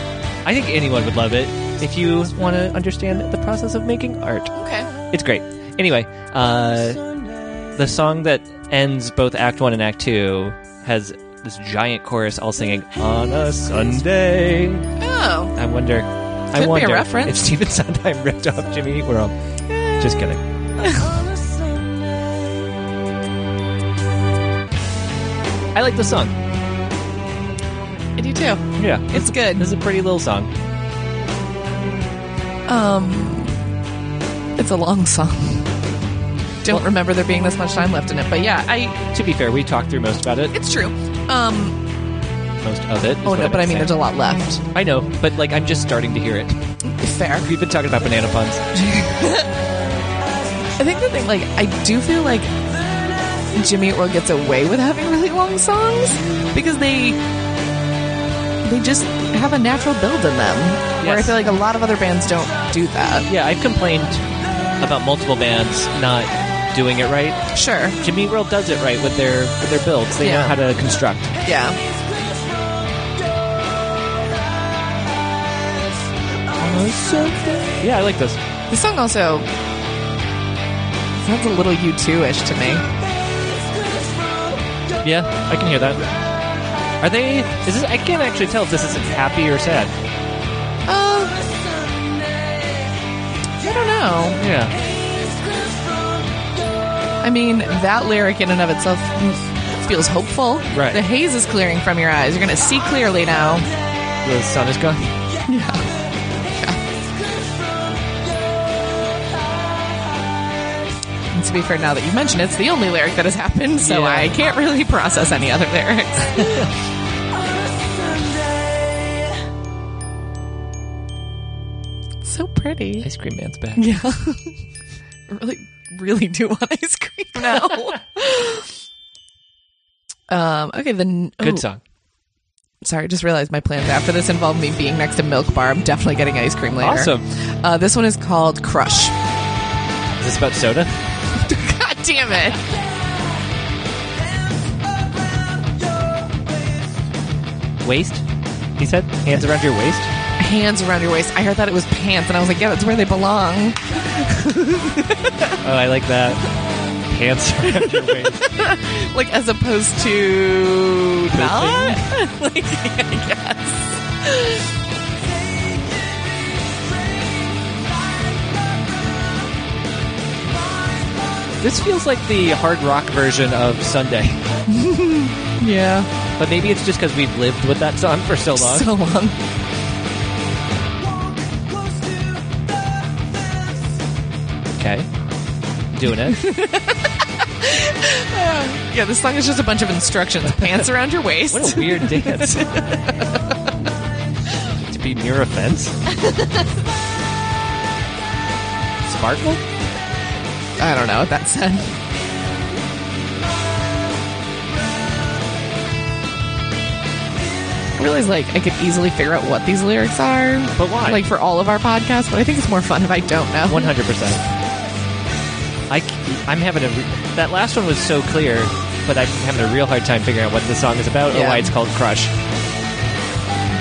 Speaker 1: I think anyone would love it if you want to understand the process of making art.
Speaker 2: Okay.
Speaker 1: It's great. Anyway, uh, the song that ends both Act One and Act Two has this giant chorus all singing on a Sunday.
Speaker 2: Oh,
Speaker 1: I wonder.
Speaker 2: Could
Speaker 1: I
Speaker 2: be a
Speaker 1: wonder
Speaker 2: reference.
Speaker 1: if Stephen Sondheim [LAUGHS] ripped off Jimmy Eat World. Just kidding. I like the song.
Speaker 2: I do too.
Speaker 1: Yeah,
Speaker 2: It's good.
Speaker 1: This is a pretty little song.
Speaker 2: Um, it's a long song. Don't remember there being this much time left in it, but yeah, I.
Speaker 1: To be fair, we talked through most about it.
Speaker 2: It's true. Um.
Speaker 1: most of it. is
Speaker 2: Oh
Speaker 1: what
Speaker 2: no,
Speaker 1: I'm
Speaker 2: but I mean,
Speaker 1: saying.
Speaker 2: there's a lot left.
Speaker 1: I know, but like I'm just starting to hear it.
Speaker 2: Fair.
Speaker 1: We've been talking about banana puns.
Speaker 2: I think the thing, like, I do feel like Jimmy Eat World gets away with having really long songs because they they just have a natural build in them. Where I
Speaker 1: Yes.
Speaker 2: feel like a lot of other bands don't do that.
Speaker 1: Yeah, I've complained about multiple bands not doing it right.
Speaker 2: Sure.
Speaker 1: Jimmy Eat World does it right with their with their builds. They know
Speaker 2: Yeah.
Speaker 1: how to construct.
Speaker 2: Yeah.
Speaker 1: Yeah, I like this.
Speaker 2: This song also sounds a little U2-ish to me.
Speaker 1: Yeah, I can hear that. Are they? Is this? I can't actually tell if this isn't happy or sad.
Speaker 2: Uh, I don't know.
Speaker 1: Yeah,
Speaker 2: I mean, that lyric in and of itself feels hopeful.
Speaker 1: Right.
Speaker 2: The haze is clearing from your eyes. You're going to see clearly now.
Speaker 1: the sun is gone.
Speaker 2: And to be fair, now that you mention it, it's the only lyric that has happened, so
Speaker 1: Yeah.
Speaker 2: I can't really process any other
Speaker 1: [LAUGHS]
Speaker 2: lyrics. so pretty.
Speaker 1: Ice cream man's back.
Speaker 2: Yeah. I really, really do want ice cream
Speaker 1: [LAUGHS]
Speaker 2: now. um, okay, then.
Speaker 1: Good
Speaker 2: ooh,
Speaker 1: song.
Speaker 2: Sorry, I just realized my plans after this involve me being next to Milk Bar. I'm definitely getting ice cream later.
Speaker 1: Awesome.
Speaker 2: Uh, this one is called Crush. [LAUGHS]
Speaker 1: Is this about soda?
Speaker 2: God damn it.
Speaker 1: Waist? He said, hands around your waist.
Speaker 2: Hands around your waist. I heard that it was pants, and I was like, yeah, that's where they belong.
Speaker 1: Oh, I like that. Hands [LAUGHS] around your waist.
Speaker 2: Like, as opposed to not? like, I guess.
Speaker 1: This feels like the hard rock version of Sunday,
Speaker 2: Yeah.
Speaker 1: but maybe it's just because we've lived with that song for so long.
Speaker 2: So long.
Speaker 1: okay, doing it.
Speaker 2: Yeah, this song is just a bunch of instructions. Pants around your waist.
Speaker 1: What a
Speaker 2: [LAUGHS]
Speaker 1: weird dance. to be near a fence. Sparkle.
Speaker 2: I don't know what that said. I realize, like, I could easily figure out what these lyrics are.
Speaker 1: But why?
Speaker 2: Like, for all of our podcasts, but I think it's more fun if I don't know.
Speaker 1: One hundred percent. I am having a re- that last one was so clear, but I'm having a real hard time figuring out what the song is about or
Speaker 2: Yeah.
Speaker 1: why it's called Crush.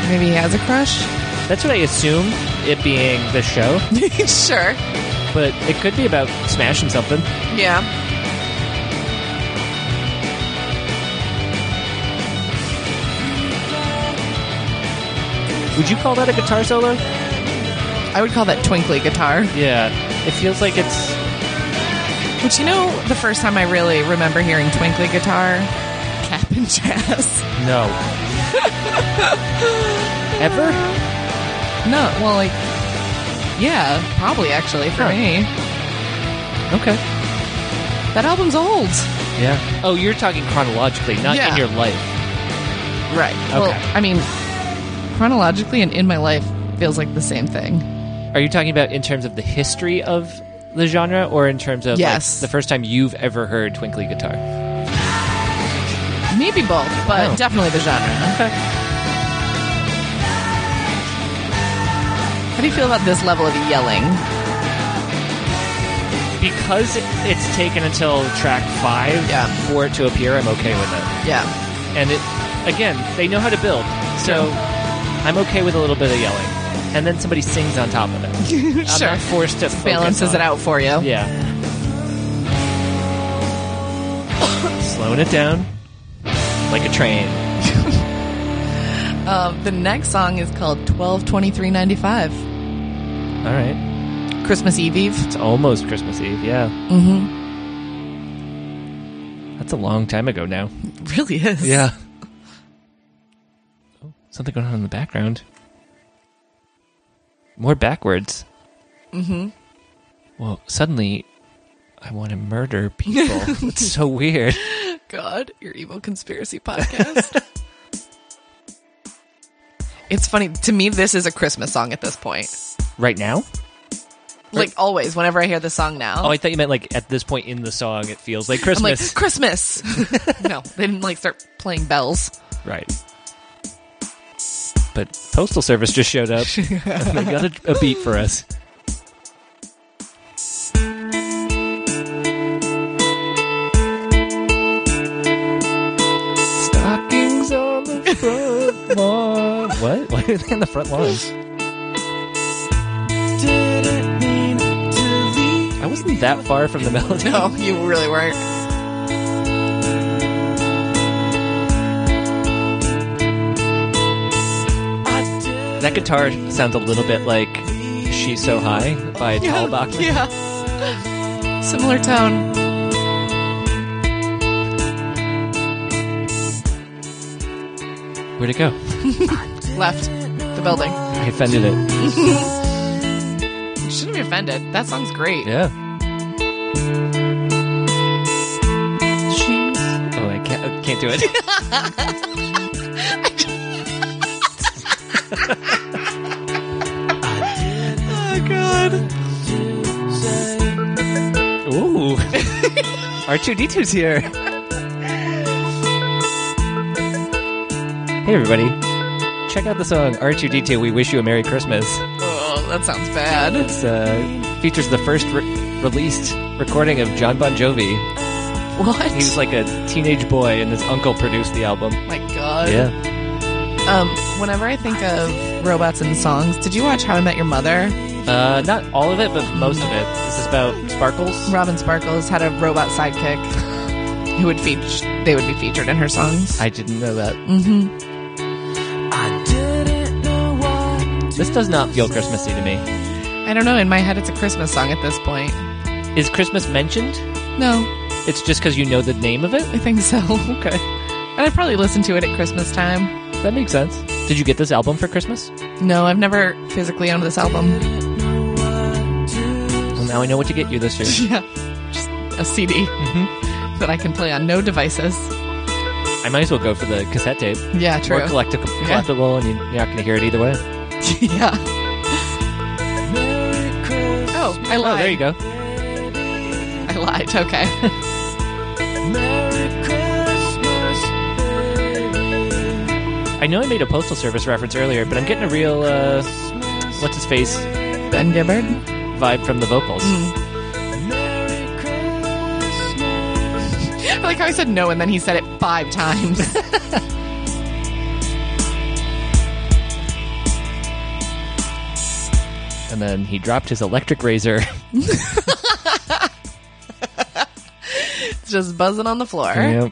Speaker 2: Maybe he has a crush?
Speaker 1: That's what I assume it being the show,
Speaker 2: sure.
Speaker 1: but it could be about smashing something.
Speaker 2: Yeah.
Speaker 1: Would you call that a guitar solo?
Speaker 2: I would call that twinkly guitar.
Speaker 1: Yeah, it feels like it's.
Speaker 2: Which, you know, the first time I really remember hearing twinkly guitar, Cap and Jazz.
Speaker 1: No. [LAUGHS] Ever?
Speaker 2: No, well, like, yeah, probably actually
Speaker 1: Huh.
Speaker 2: for me.
Speaker 1: Okay.
Speaker 2: That album's old.
Speaker 1: Yeah. Oh, you're talking chronologically, not
Speaker 2: Yeah.
Speaker 1: in your life.
Speaker 2: Right.
Speaker 1: Okay.
Speaker 2: Well, I mean, chronologically and in my life feels like the same thing.
Speaker 1: Are you talking about in terms of the history of the genre or in terms of like,
Speaker 2: Yes.
Speaker 1: the first time you've ever heard twinkly guitar?
Speaker 2: Maybe both, but
Speaker 1: Oh.
Speaker 2: definitely the genre. How do you feel about this level of yelling?
Speaker 1: Because it's taken until track five
Speaker 2: Yeah.
Speaker 1: for it to appear, I'm okay with it.
Speaker 2: Yeah.
Speaker 1: And it again, they know how to build. So I'm okay with a little bit of yelling. And then somebody sings on top of
Speaker 2: [LAUGHS]
Speaker 1: it. I'm
Speaker 2: sure.
Speaker 1: not forced to focus
Speaker 2: Balances
Speaker 1: on
Speaker 2: it out for you.
Speaker 1: Yeah. Slowing it down like a train.
Speaker 2: Uh, the next song is called 122395.
Speaker 1: All right.
Speaker 2: Christmas Eve Eve.
Speaker 1: It's almost Christmas Eve. Yeah. Mm-hmm. That's a long time ago now.
Speaker 2: It [LAUGHS] really is.
Speaker 1: Oh, something going on in the background. More backwards. Mm-hmm. Well, suddenly, I want to [LAUGHS] murder people. it's so weird.
Speaker 2: God, your evil conspiracy podcast. [LAUGHS] it's funny. To me, this is a Christmas song at this point.
Speaker 1: Right now?
Speaker 2: Like always, whenever I hear the song now.
Speaker 1: Oh, I thought you meant like at this point in the song, it feels like
Speaker 2: I'm like,
Speaker 1: Christmas.
Speaker 2: Christmas. [LAUGHS] no, they didn't like start playing bells.
Speaker 1: Right. But Postal Service just showed up. and they got a, a beat for us. Stockings on the front lawn. [LAUGHS] What? Why are they on the front lawn?
Speaker 3: Didn't mean to leave.
Speaker 1: I wasn't that far from the melody.
Speaker 2: No, you really weren't.
Speaker 3: I did.
Speaker 1: That guitar sounds a little bit like She's So High by Tal Bachman.
Speaker 2: Yeah. Similar tone.
Speaker 1: Where'd it go?
Speaker 2: Left the building.
Speaker 1: I offended it.
Speaker 2: You shouldn't be offended. That song's great.
Speaker 1: Yeah. Oh, I can't, I can't do it.
Speaker 2: Oh, God.
Speaker 1: Ooh. R2D2's here. Hey, everybody. Check out the song R2D2 We Wish You a Merry Christmas.
Speaker 2: Oh, that sounds bad.
Speaker 1: It's uh, features the first re- released recording of John Bon Jovi.
Speaker 2: What?
Speaker 1: He was like a teenage boy, and his uncle produced the album.
Speaker 2: my God.
Speaker 1: Yeah.
Speaker 2: Um, whenever I think of robots and songs, did you watch How I Met Your Mother?
Speaker 1: Uh, not all of it, but most of it. This is about sparkles.
Speaker 2: Robin Sparkles had a robot sidekick who would feature. They would be featured in her songs.
Speaker 1: I didn't know that.
Speaker 2: Mm.
Speaker 3: I didn't know what.
Speaker 1: This does not feel Christmassy to me.
Speaker 2: I don't know. In my head, it's a Christmas song at this point.
Speaker 1: Is Christmas mentioned?
Speaker 2: No,
Speaker 1: It's just because you know the name of it?
Speaker 2: I think so. [LAUGHS] And
Speaker 1: Okay.
Speaker 2: I probably listen to it at Christmas time.
Speaker 1: That makes sense. Did you get this album for Christmas?
Speaker 2: No, I've never physically owned this album. [LAUGHS]
Speaker 1: Well, now I know what to get you this year.
Speaker 2: yeah, just a CD
Speaker 1: Mm-hmm.
Speaker 2: that I can play on no devices.
Speaker 1: [LAUGHS] I might as well go for the cassette tape.
Speaker 2: Yeah, true.
Speaker 1: More collecti-
Speaker 2: Yeah.
Speaker 1: collectible, and you- you're not going to hear it either way.
Speaker 2: [LAUGHS] yeah.
Speaker 3: Merry Christmas.
Speaker 2: Oh, I lied.
Speaker 1: Oh, there you go.
Speaker 2: I lied.
Speaker 1: [LAUGHS]
Speaker 2: Okay.
Speaker 3: Merry Christmas,
Speaker 1: I know I made a Postal Service reference earlier, but I'm getting a real, uh, what's his face
Speaker 2: ben Gibbard.
Speaker 1: vibe from the vocals.
Speaker 3: Merry Christmas.
Speaker 2: I like how I said no, and then he said it five times.
Speaker 1: [LAUGHS] And then he dropped his electric razor. [LAUGHS]
Speaker 2: It's just buzzing on the floor.
Speaker 1: Yep.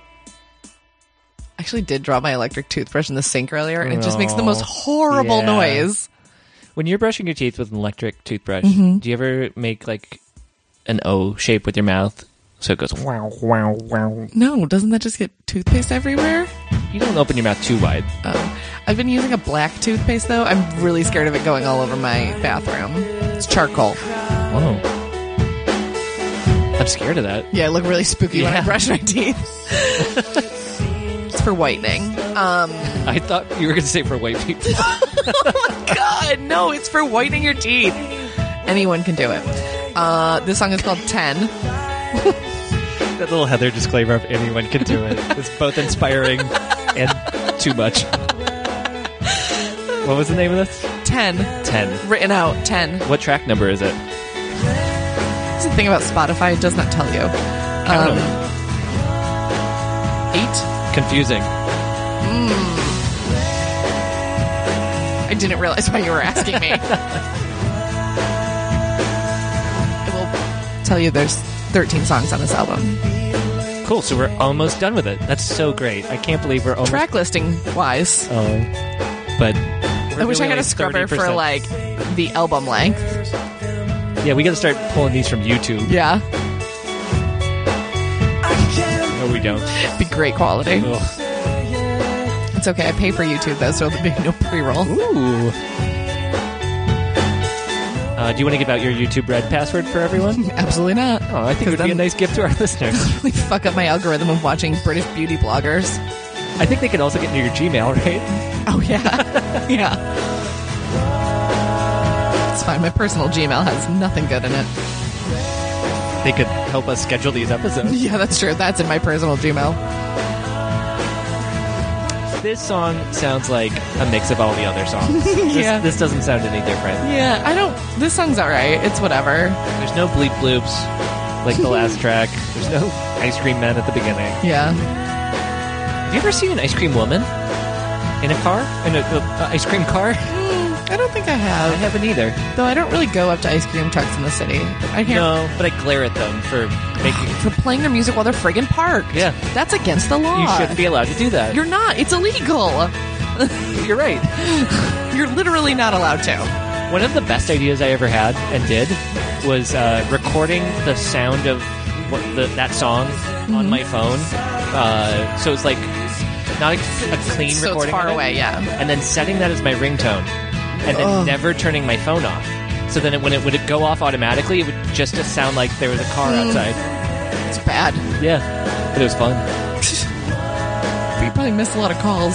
Speaker 2: I actually did draw my electric toothbrush in the sink earlier, and it just makes the
Speaker 1: Oh,
Speaker 2: most horrible
Speaker 1: yeah.
Speaker 2: noise.
Speaker 1: When you're brushing your teeth with an electric toothbrush, do you ever make like an O shape with your mouth so it goes wow, wow, wow?
Speaker 2: No, doesn't that just get toothpaste everywhere?
Speaker 1: You don't open your mouth too wide.
Speaker 2: Oh. I've been using a black toothpaste though. I'm really scared of it going all over my bathroom. It's charcoal.
Speaker 1: Whoa. I'm scared of that.
Speaker 2: Yeah, I look really spooky when I
Speaker 1: Yeah.
Speaker 2: brush my teeth. [LAUGHS] it's for whitening. Um,
Speaker 1: I thought you were going to say for white people.
Speaker 2: Uh, God, no, it's for whitening your teeth. Anyone can do it. Uh, this song is called 10.
Speaker 1: That little Heather disclaimer of anyone can do it. It's both inspiring and too much. What was the name of this?
Speaker 2: 10.
Speaker 1: 10.
Speaker 2: Written out, 10.
Speaker 1: What track number is it?
Speaker 2: That's the thing about Spotify, it does not tell you.
Speaker 1: Count 'em.
Speaker 2: 8?
Speaker 1: Confusing.
Speaker 2: I didn't realize why you were asking me. I will tell you there's 13 songs on this album.
Speaker 1: Cool, so we're almost done with it. That's so great. I can't believe we're almost
Speaker 2: Track listing wise,
Speaker 1: Oh. But
Speaker 2: I wish I had a scrubber for like the album length.
Speaker 1: Yeah, we gotta start pulling these from YouTube.
Speaker 2: Yeah,
Speaker 1: No, we don't.
Speaker 2: it'd be great quality.
Speaker 1: Ugh.
Speaker 2: It's okay. I pay for YouTube though, so there'll be [LAUGHS] no pre-roll.
Speaker 1: Ooh. Uh, do you want to give out your YouTube Red password for [LAUGHS] everyone?
Speaker 2: Absolutely not. [LAUGHS]
Speaker 1: Oh, I think it would be a nice gift to our [LAUGHS] listeners.
Speaker 2: Really fuck up my algorithm of watching British beauty bloggers.
Speaker 1: I think they can also get into your Gmail, [LAUGHS] right?
Speaker 2: Oh yeah, [LAUGHS] yeah. It's fine. My personal Gmail has nothing good in it. [LAUGHS]
Speaker 1: They could help us schedule these episodes.
Speaker 2: Yeah, that's true. That's in my personal Gmail.
Speaker 1: This song sounds like a mix of all the other [LAUGHS] songs.
Speaker 2: Yeah.
Speaker 1: This, this doesn't sound any different.
Speaker 2: Yeah, I don't. This song's all right. It's whatever.
Speaker 1: There's no bleep bloops like the [LAUGHS] last track. There's no ice cream man at the beginning.
Speaker 2: Yeah.
Speaker 1: Have you ever seen an ice cream woman in a car? In an ice cream car?
Speaker 2: Mm, I don't think I
Speaker 1: I
Speaker 2: have.
Speaker 1: haven't either.
Speaker 2: Though I don't really go up to ice cream trucks in the city. I hear
Speaker 1: No, but I glare at them for making.
Speaker 2: for playing their music while they're friggin' parked.
Speaker 1: Yeah.
Speaker 2: That's against the law.
Speaker 1: You shouldn't be allowed to do that.
Speaker 2: You're not. It's illegal.
Speaker 1: you're right.
Speaker 2: You're literally not allowed to.
Speaker 1: One of the best ideas I ever had and did was uh, recording the sound of what the, that song
Speaker 2: Mm-hmm.
Speaker 1: on my phone. Uh, so it's like not a, a clean
Speaker 2: So it's
Speaker 1: recording.
Speaker 2: far
Speaker 1: of it,
Speaker 2: away, yeah.
Speaker 1: And then setting that as my ringtone, and then
Speaker 2: Ugh.
Speaker 1: never turning my phone off. So then it, when it would it go off automatically, it would just sound like there was a
Speaker 2: Hmm.
Speaker 1: car outside.
Speaker 2: It's bad.
Speaker 1: Yeah, but it was fun.
Speaker 2: You probably miss a lot of calls.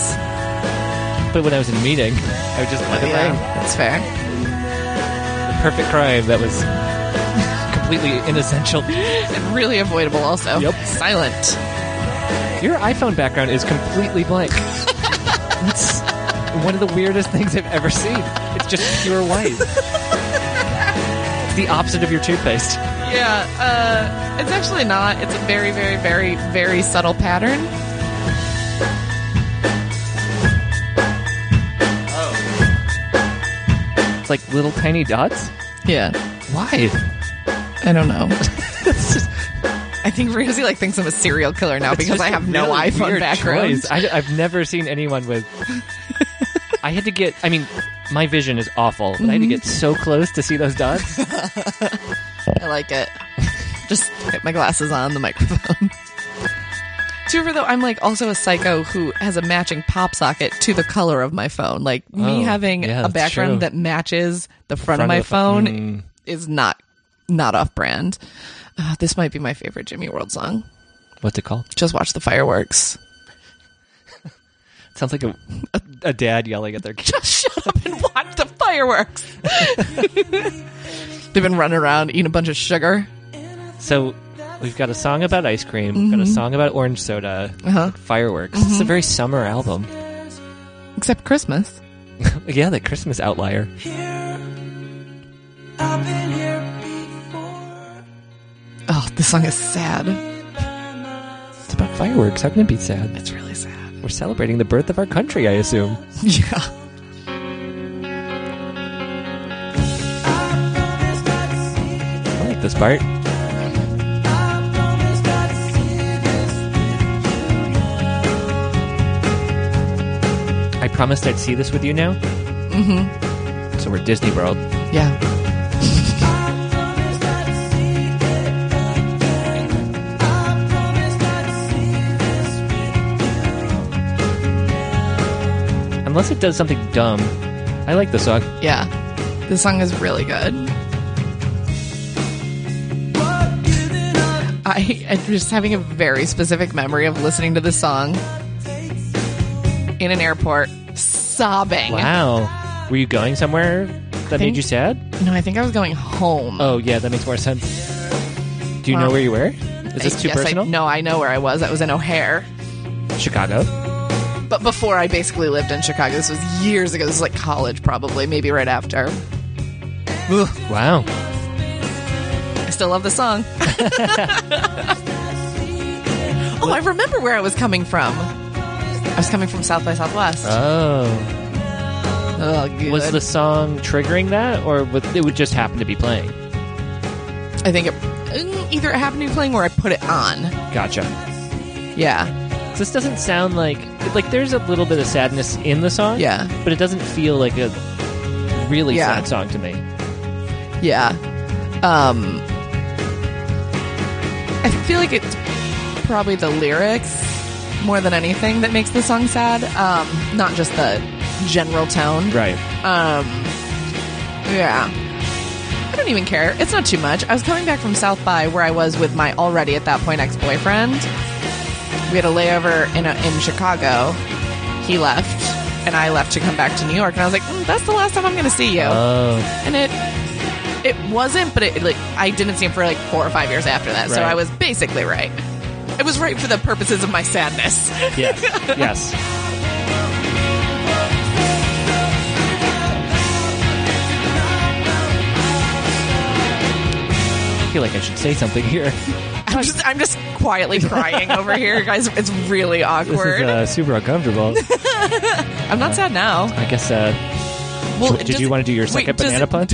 Speaker 1: But when I was in a meeting, I would just let it ring.
Speaker 2: that's fair.
Speaker 1: The perfect crime that was completely inessential.
Speaker 2: And really avoidable also.
Speaker 1: Yep.
Speaker 2: Silent.
Speaker 1: Your iPhone background is completely blank. That's one of the weirdest things I've ever seen. It's just pure white. It's the opposite of your toothpaste.
Speaker 2: Yeah, uh, it's actually not. It's a very, very, very, very subtle pattern.
Speaker 1: It's like little tiny dots.
Speaker 2: Yeah.
Speaker 1: Why?
Speaker 2: I don't know. [LAUGHS]
Speaker 1: That's just
Speaker 2: I think Ramsey like thinks I'm a serial killer now
Speaker 1: it's
Speaker 2: because
Speaker 1: just
Speaker 2: I
Speaker 1: a
Speaker 2: have no
Speaker 1: really
Speaker 2: iPhone
Speaker 1: weird
Speaker 2: background.
Speaker 1: choice. I, have never seen anyone with. I had to get. I mean, my vision is awful, but I had to get so close to see those dots.
Speaker 2: I like it. [LAUGHS] Just hit my glasses on the microphone. Too for though, I'm like also a psycho who has a matching pop socket to the color of my phone. Like
Speaker 1: Oh,
Speaker 2: me having
Speaker 1: yeah,
Speaker 2: a
Speaker 1: that's
Speaker 2: background
Speaker 1: true.
Speaker 2: that matches the Mm, front,
Speaker 1: front
Speaker 2: of my
Speaker 1: of the pho- mm.
Speaker 2: phone is not not off brand. Uh, this might be my favorite Jimmy World song.
Speaker 1: What's it called?
Speaker 2: Just watch the fireworks. [LAUGHS]
Speaker 1: Sounds like a, a dad yelling at their kid.
Speaker 2: Just shut up and watch the fireworks. [LAUGHS] They've been running around eating a bunch of sugar.
Speaker 1: So we've got a song about ice cream, we've
Speaker 2: Mm-hmm.
Speaker 1: got a song about orange soda,
Speaker 2: Uh-huh.
Speaker 1: fireworks. It's a very summer album. [LAUGHS]
Speaker 2: Except Christmas.
Speaker 1: yeah, the Christmas outlier.
Speaker 3: I've been here before.
Speaker 2: Oh, this song is sad.
Speaker 1: It's about fireworks. How can it be sad?
Speaker 2: It's really sad.
Speaker 1: We're celebrating the birth of our country, I assume.
Speaker 2: [LAUGHS] Yeah.
Speaker 1: I like this part. I promised I'd see this with you now. Mm-hmm.
Speaker 2: Mm-hmm.
Speaker 1: So we're at Disney World.
Speaker 2: Yeah.
Speaker 1: Unless it does something dumb. I like the song.
Speaker 2: Yeah. This song is really good. I, I'm just having a very specific memory of listening to this song in an airport, sobbing.
Speaker 1: Wow. Were you going somewhere? That made
Speaker 2: think-
Speaker 1: you sad?
Speaker 2: No, I think I was going home.
Speaker 1: Oh, yeah, that makes more sense. Do you know
Speaker 2: Well,
Speaker 1: where you were? Is this
Speaker 2: I
Speaker 1: too
Speaker 2: guess I-
Speaker 1: personal?
Speaker 2: no, I know where I was. I was in O'Hare.
Speaker 1: Chicago.
Speaker 2: But before I basically lived in Chicago, this was years ago. This was like college, probably, maybe right after. Ugh,
Speaker 1: Wow.
Speaker 2: I still love
Speaker 1: [LAUGHS]
Speaker 2: the song. oh, I remember where I was coming from. I was coming from South by Southwest.
Speaker 1: Oh.
Speaker 2: oh, good.
Speaker 1: Was the song triggering that, or was, it would just happen to be playing?
Speaker 2: I think it mm, either it happened to be playing or I put it on.
Speaker 1: Gotcha.
Speaker 2: Yeah,
Speaker 1: This doesn't sound like like there's a little bit of sadness in the song.
Speaker 2: Yeah.
Speaker 1: But it doesn't feel like a really
Speaker 2: Yeah.
Speaker 1: sad song to me.
Speaker 2: yeah. Um, I feel like it's probably the lyrics more than anything that makes the song sad. Um, not just the general tone.
Speaker 1: Right.
Speaker 2: Yeah. I don't even care. It's not too much. I was coming back from South by where I was with my already at that point ex boyfriend. We had a layover in a, in Chicago. He left, and I left to come back to New York. And I was like, "Mm, "That's the last time I'm going to see you."
Speaker 1: Oh.
Speaker 2: and it it wasn't, but it like I didn't see him for like four or five years after that. So
Speaker 1: Right.
Speaker 2: I was basically right. It was right for the purposes of my sadness.
Speaker 1: [LAUGHS] Yes. yes. I feel like I should say something here.
Speaker 2: I'm just, I'm just quietly crying over here, guys. It's
Speaker 1: [LAUGHS]
Speaker 2: really
Speaker 1: This
Speaker 2: awkward.
Speaker 1: is uh, super uncomfortable.
Speaker 2: I'm not sad now.
Speaker 1: I guess uh,
Speaker 2: Well,
Speaker 1: Did
Speaker 2: does
Speaker 1: you
Speaker 2: it-
Speaker 1: wanna do your
Speaker 2: wait,
Speaker 1: second
Speaker 2: does
Speaker 1: banana
Speaker 2: it- [LAUGHS]
Speaker 1: pun?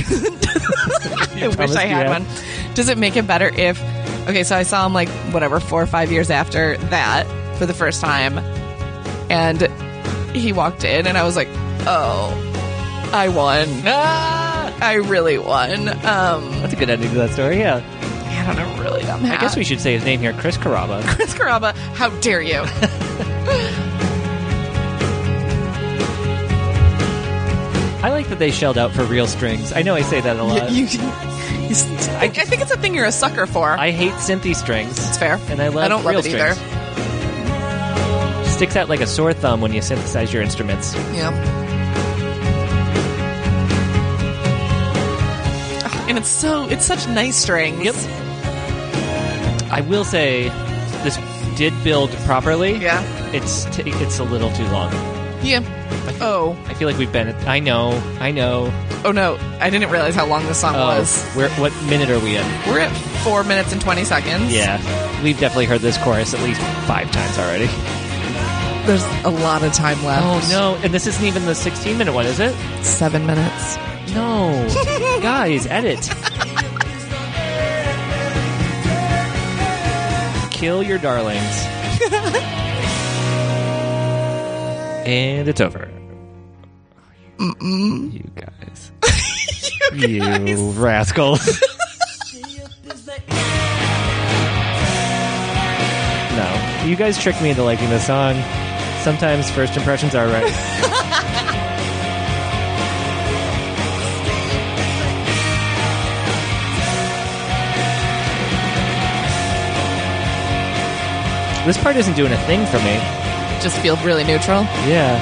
Speaker 2: I wish
Speaker 1: promised
Speaker 2: I
Speaker 1: you
Speaker 2: had
Speaker 1: had.
Speaker 2: one. Does it make it better if? Okay, so I saw him like whatever four or five years after that for the first time, and he walked in, and I was like, "Oh, I won! Ah, I really won!" Um,
Speaker 1: That's a good ending to that story, yeah.
Speaker 2: man, and I'm really dumb.
Speaker 1: I guess we should say his name here, Chris Caraba.
Speaker 2: Chris Caraba, how
Speaker 1: [LAUGHS]
Speaker 2: dare you?
Speaker 1: I like that they shelled out for real strings. I know I say that a lot.
Speaker 2: you, you- you s- I, think it's a thing you're a sucker for.
Speaker 1: I hate synthy strings.
Speaker 2: it's fair,
Speaker 1: And I love
Speaker 2: I don't
Speaker 1: real
Speaker 2: love it
Speaker 1: strings.
Speaker 2: either.
Speaker 1: Sticks out like a sore thumb when you synthesize your instruments.
Speaker 2: Yeah. And it's so it's such nice strings.
Speaker 1: Yep. I will say, this did build properly.
Speaker 2: Yeah.
Speaker 1: It's t- it's a little too long.
Speaker 2: Yeah. Oh.
Speaker 1: I feel like we've been. I know. I know.
Speaker 2: Oh no. I didn't realize how long the song
Speaker 1: Oh.
Speaker 2: was.
Speaker 1: we're, what minute are we in?
Speaker 2: We're at four minutes and twenty seconds.
Speaker 1: Yeah. We've definitely heard this chorus at least five times already.
Speaker 2: There's a lot of time
Speaker 1: Oh
Speaker 2: left.
Speaker 1: no! And this isn't even the 16 minute one, is it?
Speaker 2: no. Seven minutes.
Speaker 1: No, guys, edit. Kill your darlings. and it's over. You guys. you rascals. no. You guys tricked me into liking this song. Sometimes first impressions are right. This part isn't doing a thing for me.
Speaker 2: Just feel really neutral.
Speaker 1: Yeah.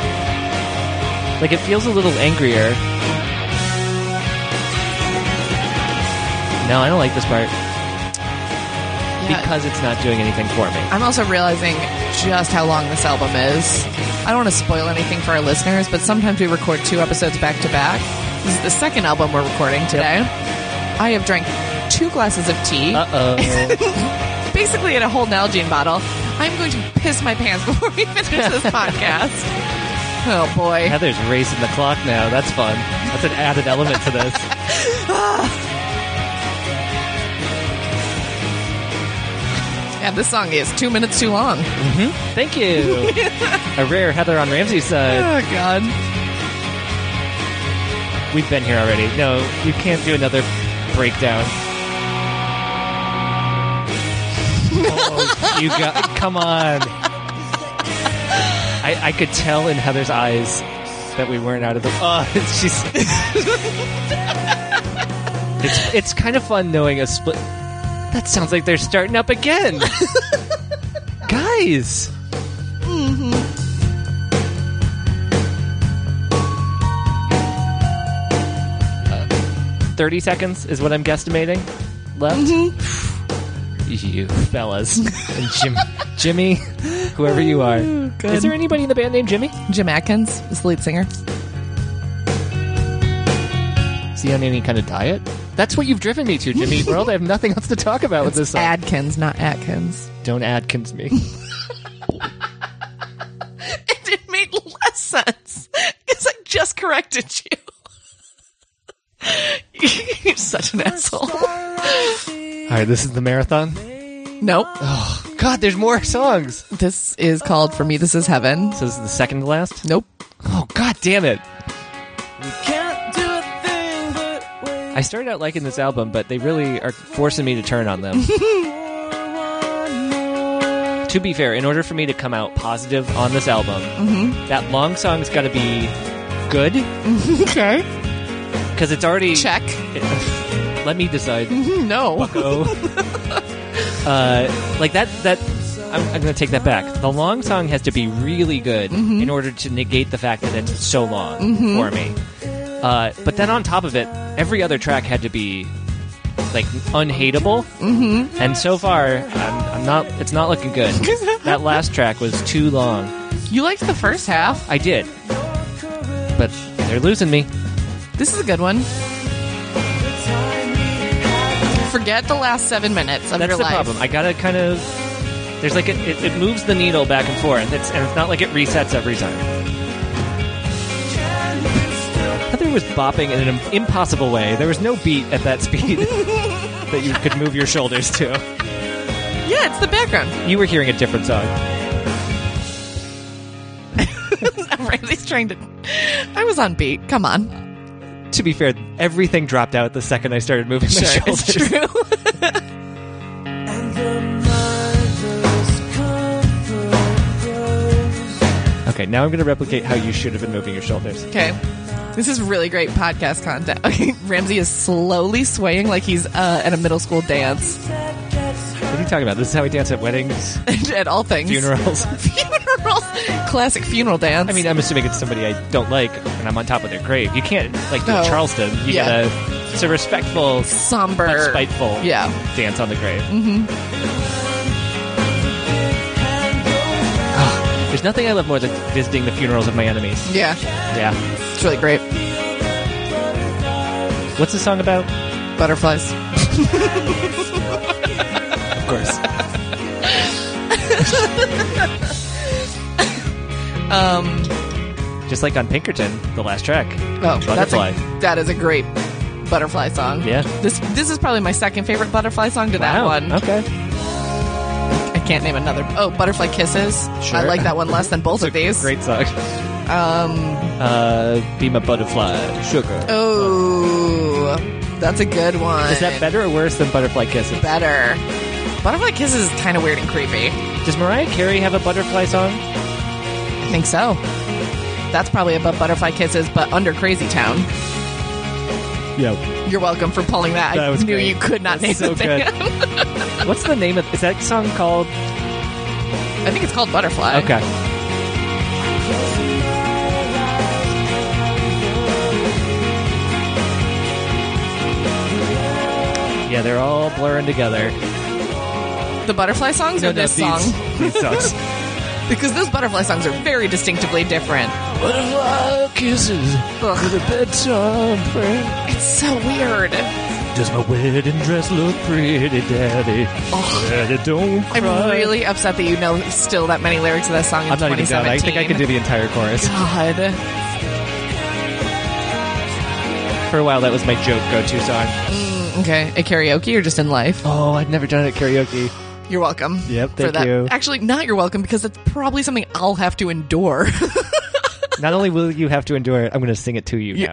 Speaker 1: Like it feels a little angrier. No, I don't like this part because it's not doing anything for me.
Speaker 2: I'm also realizing just how long this album is. I don't want to spoil anything for our listeners, but sometimes we record two episodes back to back. This is the second album we're recording today. I have drank two glasses of tea,
Speaker 1: Uh oh.
Speaker 2: basically in a whole Nalgene bottle. I'm going to piss my pants [LAUGHS] before we
Speaker 1: [LAUGHS]
Speaker 2: finish this podcast. Oh boy.
Speaker 1: Heather's racing the clock now. That's fun. That's an added element to this.
Speaker 2: Yeah, this song is two minutes too long. Oh
Speaker 1: Thank you. A rare Heather on Ramsey's side.
Speaker 2: god.
Speaker 1: We've been here already. No, you can't do another breakdown. oh, you got. Come on. I, I could tell in Heather's eyes that we weren't out of the. [LAUGHS] Oh, she's. it's it's kind of fun knowing a split. That sounds like they're starting up again, guys. 30 seconds is what I'm guesstimating left. You fellas and Jim, Jimmy, whoever you are.
Speaker 2: good.
Speaker 1: Is there anybody in the band named Jimmy?
Speaker 2: Jim Atkins is the lead singer.
Speaker 1: Is he on any kind of diet? That's what you've driven me to, Jimmy World. I have nothing else to talk about with this uh, song.
Speaker 2: Adkins, not Atkins.
Speaker 1: Don't Adkins me.
Speaker 2: [LAUGHS] It did make less sense because I just corrected you. [LAUGHS] You're such an asshole.
Speaker 1: All right, this is the marathon.
Speaker 2: Nope.
Speaker 1: God, there's more songs.
Speaker 2: This is called For Me This Is Heaven.
Speaker 1: So this is the second to last.
Speaker 2: Nope.
Speaker 1: Oh God, damn it!
Speaker 3: Can't do a thing but wait
Speaker 1: I started out liking this album, but they really are forcing me to turn on them.
Speaker 3: for one more.
Speaker 1: to be fair, in order for me to come out positive on this album, that long song's got to be good
Speaker 2: Okay.
Speaker 1: because it's already.
Speaker 2: Check.
Speaker 1: Let me decide.
Speaker 2: No.
Speaker 1: Bucko. [LAUGHS] uh, like that. That I'm, I'm going to take that back. The long song has to be really good in order to negate the fact that it's so long for me. Uh, but then on top of it, every other track had to be like unhateable. Mm-hmm. And so far, I'm, I'm not. It's not looking good. that last track was too long.
Speaker 2: You liked the first half.
Speaker 1: I did, but they're losing me.
Speaker 2: This is a good one. Forget the last seven minutes of
Speaker 1: That's
Speaker 2: your
Speaker 1: the
Speaker 2: life.
Speaker 1: problem. I gotta kind of. There's like a, it, it moves the needle back and forth. It's and it's not like it resets every time. Heather was bopping in an im- impossible way. There was no beat at that [LAUGHS] speed that you could move your shoulders to.
Speaker 2: Yeah, it's the background. [LAUGHS]
Speaker 1: You were hearing a different song.
Speaker 2: Riley's trying to. I was on beat. Come on.
Speaker 1: To be fair, everything dropped out the second I started moving my shoulders.
Speaker 2: It's true.
Speaker 3: And the mother's comfort grows.
Speaker 1: [LAUGHS] Okay, now I'm gonna replicate how you should have been moving your shoulders.
Speaker 2: Okay. This is really great podcast content. [LAUGHS] Okay, Ramsey is slowly swaying like he's uh, at a middle school dance [LAUGHS]
Speaker 3: That gets
Speaker 1: What are
Speaker 3: her
Speaker 1: you talking about? This is how we dance at weddings,
Speaker 2: at all things.
Speaker 1: funerals.
Speaker 2: [LAUGHS] Funerals. Classic funeral dance.
Speaker 1: I mean, I'm assuming it's somebody I don't like, and I'm on top of their grave. You can't like do
Speaker 2: No.
Speaker 1: Charleston. You
Speaker 2: Yeah.
Speaker 1: gotta. It's a respectful,
Speaker 2: somber.
Speaker 1: but spiteful.
Speaker 2: Yeah.
Speaker 1: Dance on the grave.
Speaker 3: hand over.
Speaker 1: There's nothing I love more than visiting the funerals of my enemies.
Speaker 2: Yeah.
Speaker 1: Yeah.
Speaker 2: It's really great.
Speaker 3: Feel the butterflies.
Speaker 1: What's the song about?
Speaker 2: Butterflies. Oh,
Speaker 1: Of course.
Speaker 2: [LAUGHS] Um,
Speaker 1: Just like on Pinkerton, the last track.
Speaker 2: oh, that's
Speaker 1: Butterfly.
Speaker 2: a, that is a great butterfly song.
Speaker 1: Yeah.
Speaker 2: This this is probably my second favorite butterfly song to that
Speaker 1: Wow,
Speaker 2: one.
Speaker 1: Okay.
Speaker 2: I can't name another. Oh, Butterfly Kisses.
Speaker 1: Sure.
Speaker 2: I like that one less than both of these.
Speaker 1: Great song. Um. Uh, be my butterfly, sugar.
Speaker 2: Oh, that's a good one.
Speaker 1: Is that better or worse than Butterfly Kisses?
Speaker 2: better. Butterfly Kisses is kind of weird and creepy.
Speaker 1: Does Mariah Carey have a butterfly song?
Speaker 2: I think so. That's probably above Butterfly Kisses, but under Crazy Town.
Speaker 1: Yeah.
Speaker 2: You're welcome for pulling that.
Speaker 1: That was
Speaker 2: I knew
Speaker 1: great.
Speaker 2: you could not
Speaker 1: That's
Speaker 2: name
Speaker 1: so
Speaker 2: the thing.
Speaker 1: What's the name of? Is that song called?
Speaker 2: [LAUGHS] I think it's called Butterfly.
Speaker 1: Okay. Yeah, they're all blurring together.
Speaker 2: The Butterfly songs or this
Speaker 1: these, [LAUGHS]
Speaker 2: song?
Speaker 1: these songs.
Speaker 2: Because those Butterfly songs are very distinctively different.
Speaker 1: Butterfly kisses
Speaker 2: Ugh.
Speaker 1: with a bedtime prayer.
Speaker 2: It's so weird.
Speaker 1: Does my wedding dress look pretty, Daddy? Daddy, don't cry.
Speaker 2: Oh. I'm really upset that you know still that many lyrics of that song in
Speaker 1: I'm not even done.
Speaker 2: 2017.
Speaker 1: I think I can do the entire chorus.
Speaker 2: God.
Speaker 1: For a while, that was my joke go-to song.
Speaker 2: Okay, at karaoke or just in life?
Speaker 1: Oh, I'd never done it at karaoke.
Speaker 2: You're welcome.
Speaker 1: Yep,
Speaker 2: for
Speaker 1: thank
Speaker 2: that.
Speaker 1: you.
Speaker 2: Actually, not you're welcome because that's probably something I'll have to endure. [LAUGHS]
Speaker 1: Not only will you have to endure it, I'm going to sing it to you now.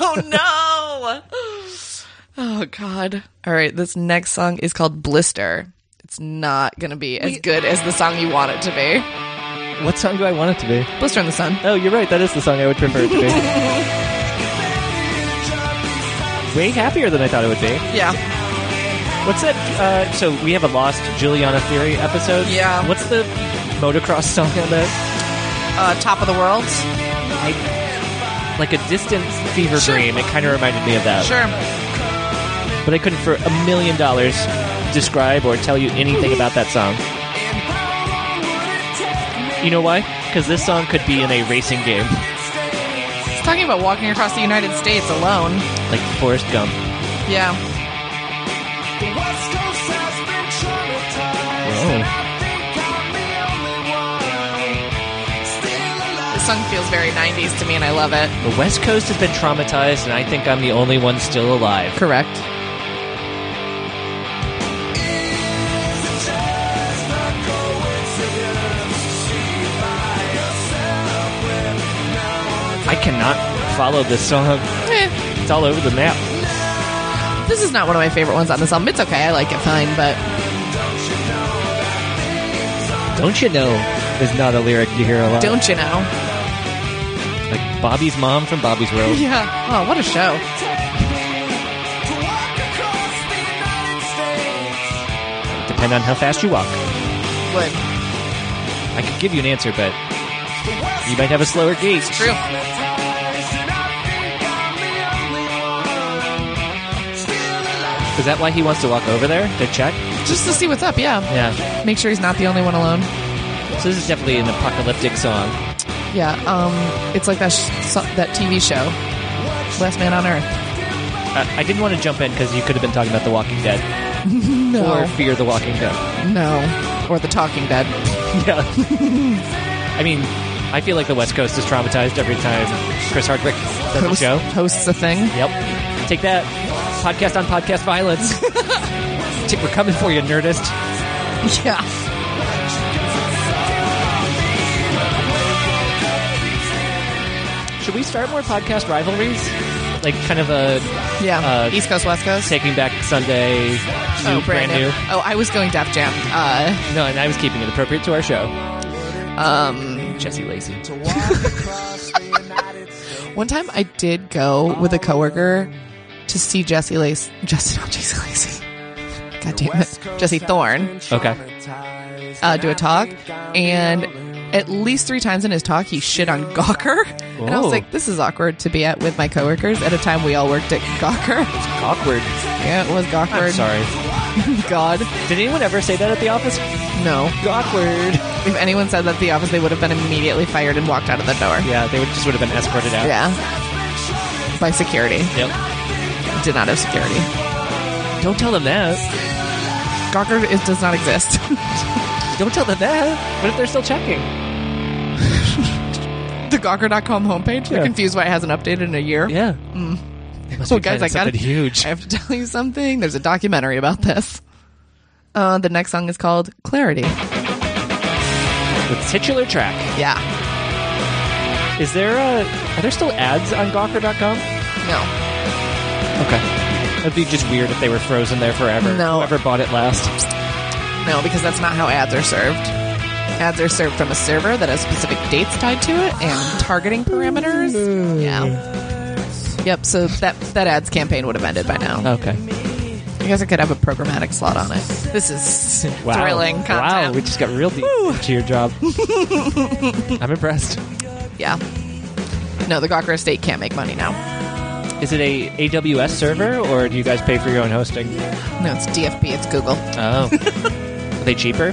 Speaker 2: oh no! Oh god! All right, this next song is called Blister. It's not gonna be as good as the song you want it to be.
Speaker 1: [LAUGHS] What song do I want it to be?
Speaker 2: Blister in the sun.
Speaker 1: Oh, you're right. That is the song I would prefer it
Speaker 2: [LAUGHS]
Speaker 1: to be. Way happier than I thought it would be.
Speaker 2: Yeah.
Speaker 1: What's that? Uh, so we have a Lost Juliana Theory episode.
Speaker 2: Yeah.
Speaker 1: What's the motocross song on that?
Speaker 2: Uh, Top of the world.
Speaker 1: Like a distant fever
Speaker 2: Sure.
Speaker 1: dream. It kind of reminded me of that.
Speaker 2: Sure.
Speaker 1: but I couldn't for a million dollars describe or tell you anything about that song. You know why? Because this song could be in a racing game,
Speaker 2: It's talking about walking across the United States alone.
Speaker 1: like Forrest Gump.
Speaker 2: Yeah. This song feels very 90s to me and I love it.
Speaker 1: The West Coast has been traumatized, and I think I'm the only one still alive.
Speaker 2: Correct.
Speaker 1: I cannot follow this song. It's all over the map.
Speaker 2: Eh, This is not one of my favorite ones on this album. It's okay. I like it fine, but
Speaker 1: Don't you know is not a lyric you hear a lot.
Speaker 2: don't you know?
Speaker 1: Like Bobby's mom from Bobby's World.
Speaker 2: [LAUGHS] Yeah. Oh, what a show.
Speaker 1: Depend on how fast you walk.
Speaker 2: Would.
Speaker 1: I could give you an answer, but you might have a slower gait.
Speaker 2: True.
Speaker 1: Is that why he wants to walk over there to check?
Speaker 2: Just to see what's up, yeah.
Speaker 1: Yeah.
Speaker 2: Make sure he's not the only one alone.
Speaker 1: So this is definitely an apocalyptic song.
Speaker 2: Yeah, um, it's like that sh- so- that TV show, Last Man on Earth.
Speaker 1: I, I didn't want to jump in because you could have been talking about The Walking Dead or
Speaker 2: No,
Speaker 1: Fear the Walking Dead. [LAUGHS]
Speaker 2: no, or The Talking Dead.
Speaker 1: Yeah. I mean, I feel like the West Coast is traumatized every time Chris Hardwick does a
Speaker 2: Host-
Speaker 1: show.
Speaker 2: hosts a thing.
Speaker 1: Yep. Take that. Podcast on podcast [LAUGHS] violence. Tick, we're coming for you, nerdist.
Speaker 2: [LAUGHS] Yeah,
Speaker 1: Should we start more podcast rivalries? Like kind of a
Speaker 2: yeah.
Speaker 1: Uh,
Speaker 2: East Coast, West Coast.
Speaker 1: Taking Back Sunday, new,
Speaker 2: oh, brand, new. Oh, I was going Def Jam. Uh,
Speaker 1: No, and I was keeping it appropriate to our show. Um, Jesse Lacey.
Speaker 2: one time I did go with a coworker to see Jesse Lace. Jesse, not Jesse Lacey. [LAUGHS] God damn it, [LAUGHS] Jesse Thorne.
Speaker 1: Okay.
Speaker 2: uh, do a talk, and at least three times in his talk, he shit on Gawker. [LAUGHS] And I
Speaker 1: Oh.
Speaker 2: was like, this is awkward to be at with my coworkers at a time we all worked at Gawker. [LAUGHS]
Speaker 1: Awkward.
Speaker 2: yeah, it was Gawker.
Speaker 1: I'm sorry.
Speaker 2: [LAUGHS] God,
Speaker 1: Did anyone ever say that at the office?
Speaker 2: no.
Speaker 1: Awkward.
Speaker 2: If anyone said that at the office, they would have been immediately fired and walked out of the door.
Speaker 1: Yeah, they would just would have been escorted out.
Speaker 2: Yeah. By security.
Speaker 1: Yep.
Speaker 2: Did not have security.
Speaker 1: Don't tell them that.
Speaker 2: Gawker is, does not exist. [LAUGHS]
Speaker 1: Don't tell them that. What if they're still checking?
Speaker 2: the Gawker.com homepage. They're
Speaker 1: Yeah.
Speaker 2: confused why it hasn't updated in a year.
Speaker 1: Yeah. They must
Speaker 2: So
Speaker 1: be
Speaker 2: guys,
Speaker 1: planning
Speaker 2: I got
Speaker 1: something huge.
Speaker 2: [LAUGHS] I have to tell you something. There's a documentary about this. Uh, the next song is called Clarity.
Speaker 1: The titular track.
Speaker 2: Yeah.
Speaker 1: Is there a? Are there still ads on Gawker.com?
Speaker 2: No.
Speaker 1: Okay. It'd be just weird if they were frozen there forever.
Speaker 2: No.
Speaker 1: Whoever bought it last.
Speaker 2: No, because that's not how ads are served. Ads are served from a server that has specific dates tied to it and targeting parameters. Yeah. Yep, so that that ads campaign would have ended by now.
Speaker 1: Okay.
Speaker 2: I guess I could have a programmatic slot on it. This is
Speaker 1: [LAUGHS] Wow.
Speaker 2: thrilling
Speaker 1: Wow.
Speaker 2: content.
Speaker 1: We just got real deep into your job. [LAUGHS] I'm impressed.
Speaker 2: yeah. No, the Gawker estate can't make money now.
Speaker 1: Is it a AWS server or do you guys pay for your own hosting?
Speaker 2: No, it's DFP, it's Google.
Speaker 1: Oh. [LAUGHS] Are they cheaper?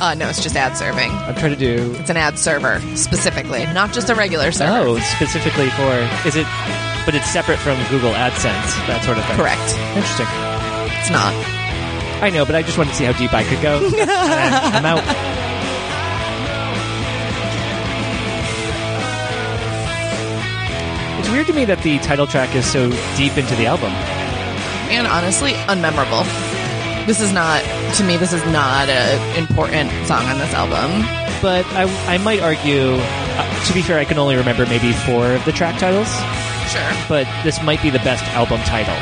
Speaker 2: Uh, no, it's just ad serving.
Speaker 1: I'm trying to do.
Speaker 2: It's an ad server specifically, not just a regular server.
Speaker 1: Oh, specifically for. Is it. But it's separate from Google AdSense, that sort of thing.
Speaker 2: Correct.
Speaker 1: Interesting.
Speaker 2: It's not.
Speaker 1: I know, but I just wanted to see how deep I could
Speaker 2: [LAUGHS]
Speaker 1: go. And I'm out. It's weird to me that the title track is so deep into the album.
Speaker 2: And honestly, unmemorable. This is not, to me, this is not an important song on this album.
Speaker 1: But I, I might argue, uh, to be fair, I can only remember maybe four of the track titles,
Speaker 2: Sure.
Speaker 1: but this might be the best album title.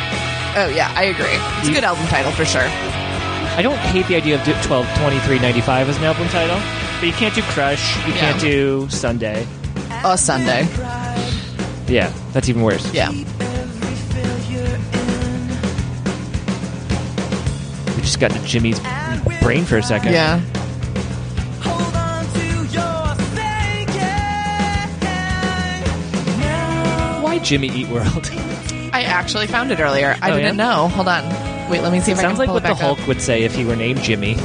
Speaker 2: Oh, yeah, I agree. It's a good album title for sure.
Speaker 1: I don't hate the idea of do- 12, 95 as an album title, but you can't do Crush, you
Speaker 2: Yeah.
Speaker 1: can't do Sunday.
Speaker 2: A Sunday.
Speaker 1: Yeah, that's even worse.
Speaker 2: Yeah.
Speaker 1: We just got to Jimmy's brain for a second.
Speaker 2: Yeah. Why
Speaker 1: Try Jimmy Eat World.
Speaker 2: I actually found it earlier. I
Speaker 1: Oh,
Speaker 2: didn't
Speaker 1: yeah?
Speaker 2: know. Hold on. Wait, let me see if I can
Speaker 1: Sounds like
Speaker 2: pull
Speaker 1: what
Speaker 2: it
Speaker 1: the
Speaker 2: back up.
Speaker 1: Hulk would say if he were named Jimmy.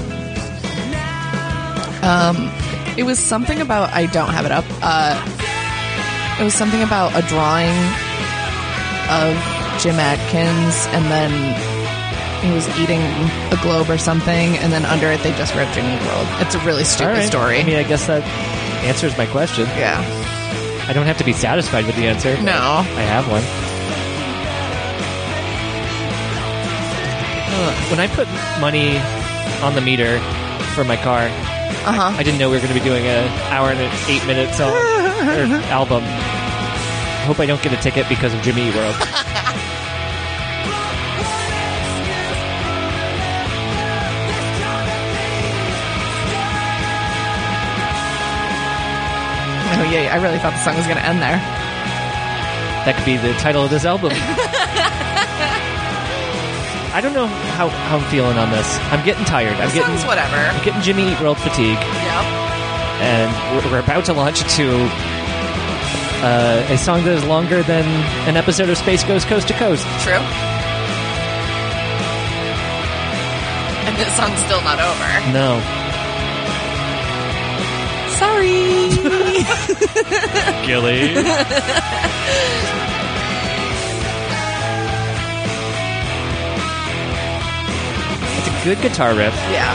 Speaker 2: It was something about I don't have it up. Uh, it was something about a drawing of Jim Atkins, and then he was eating a globe or something, and then under it they just wrote Jimmy Eat World. It's a really
Speaker 1: All
Speaker 2: stupid
Speaker 1: right.
Speaker 2: story.
Speaker 1: I mean, I guess that answers my question.
Speaker 2: yeah.
Speaker 1: I don't have to be satisfied with the answer. but
Speaker 2: No.
Speaker 1: I have one. Ugh, Uh, When I put money on the meter for my car,
Speaker 2: Uh huh.
Speaker 1: I didn't know we were going to be doing an hour and an eight minute
Speaker 2: [LAUGHS]
Speaker 1: song or album. I hope I don't get a ticket because of Jimmy Eat World.
Speaker 2: Oh yay! I really thought the song was going to end there.
Speaker 1: That could be the title of this album. I don't know how, how I'm feeling on this. I'm getting tired. I'm
Speaker 2: The
Speaker 1: getting
Speaker 2: song's whatever.
Speaker 1: I'm getting Jimmy Eat World fatigue.
Speaker 2: Yep.
Speaker 1: and we're, we're about to launch to uh, a song that is longer than an episode of Space Goes Coast to Coast.
Speaker 2: True. [LAUGHS] And this song's still not over.
Speaker 1: No.
Speaker 2: Sorry.
Speaker 1: [LAUGHS] Gilly. it's a good guitar riff.
Speaker 2: [LAUGHS] yeah.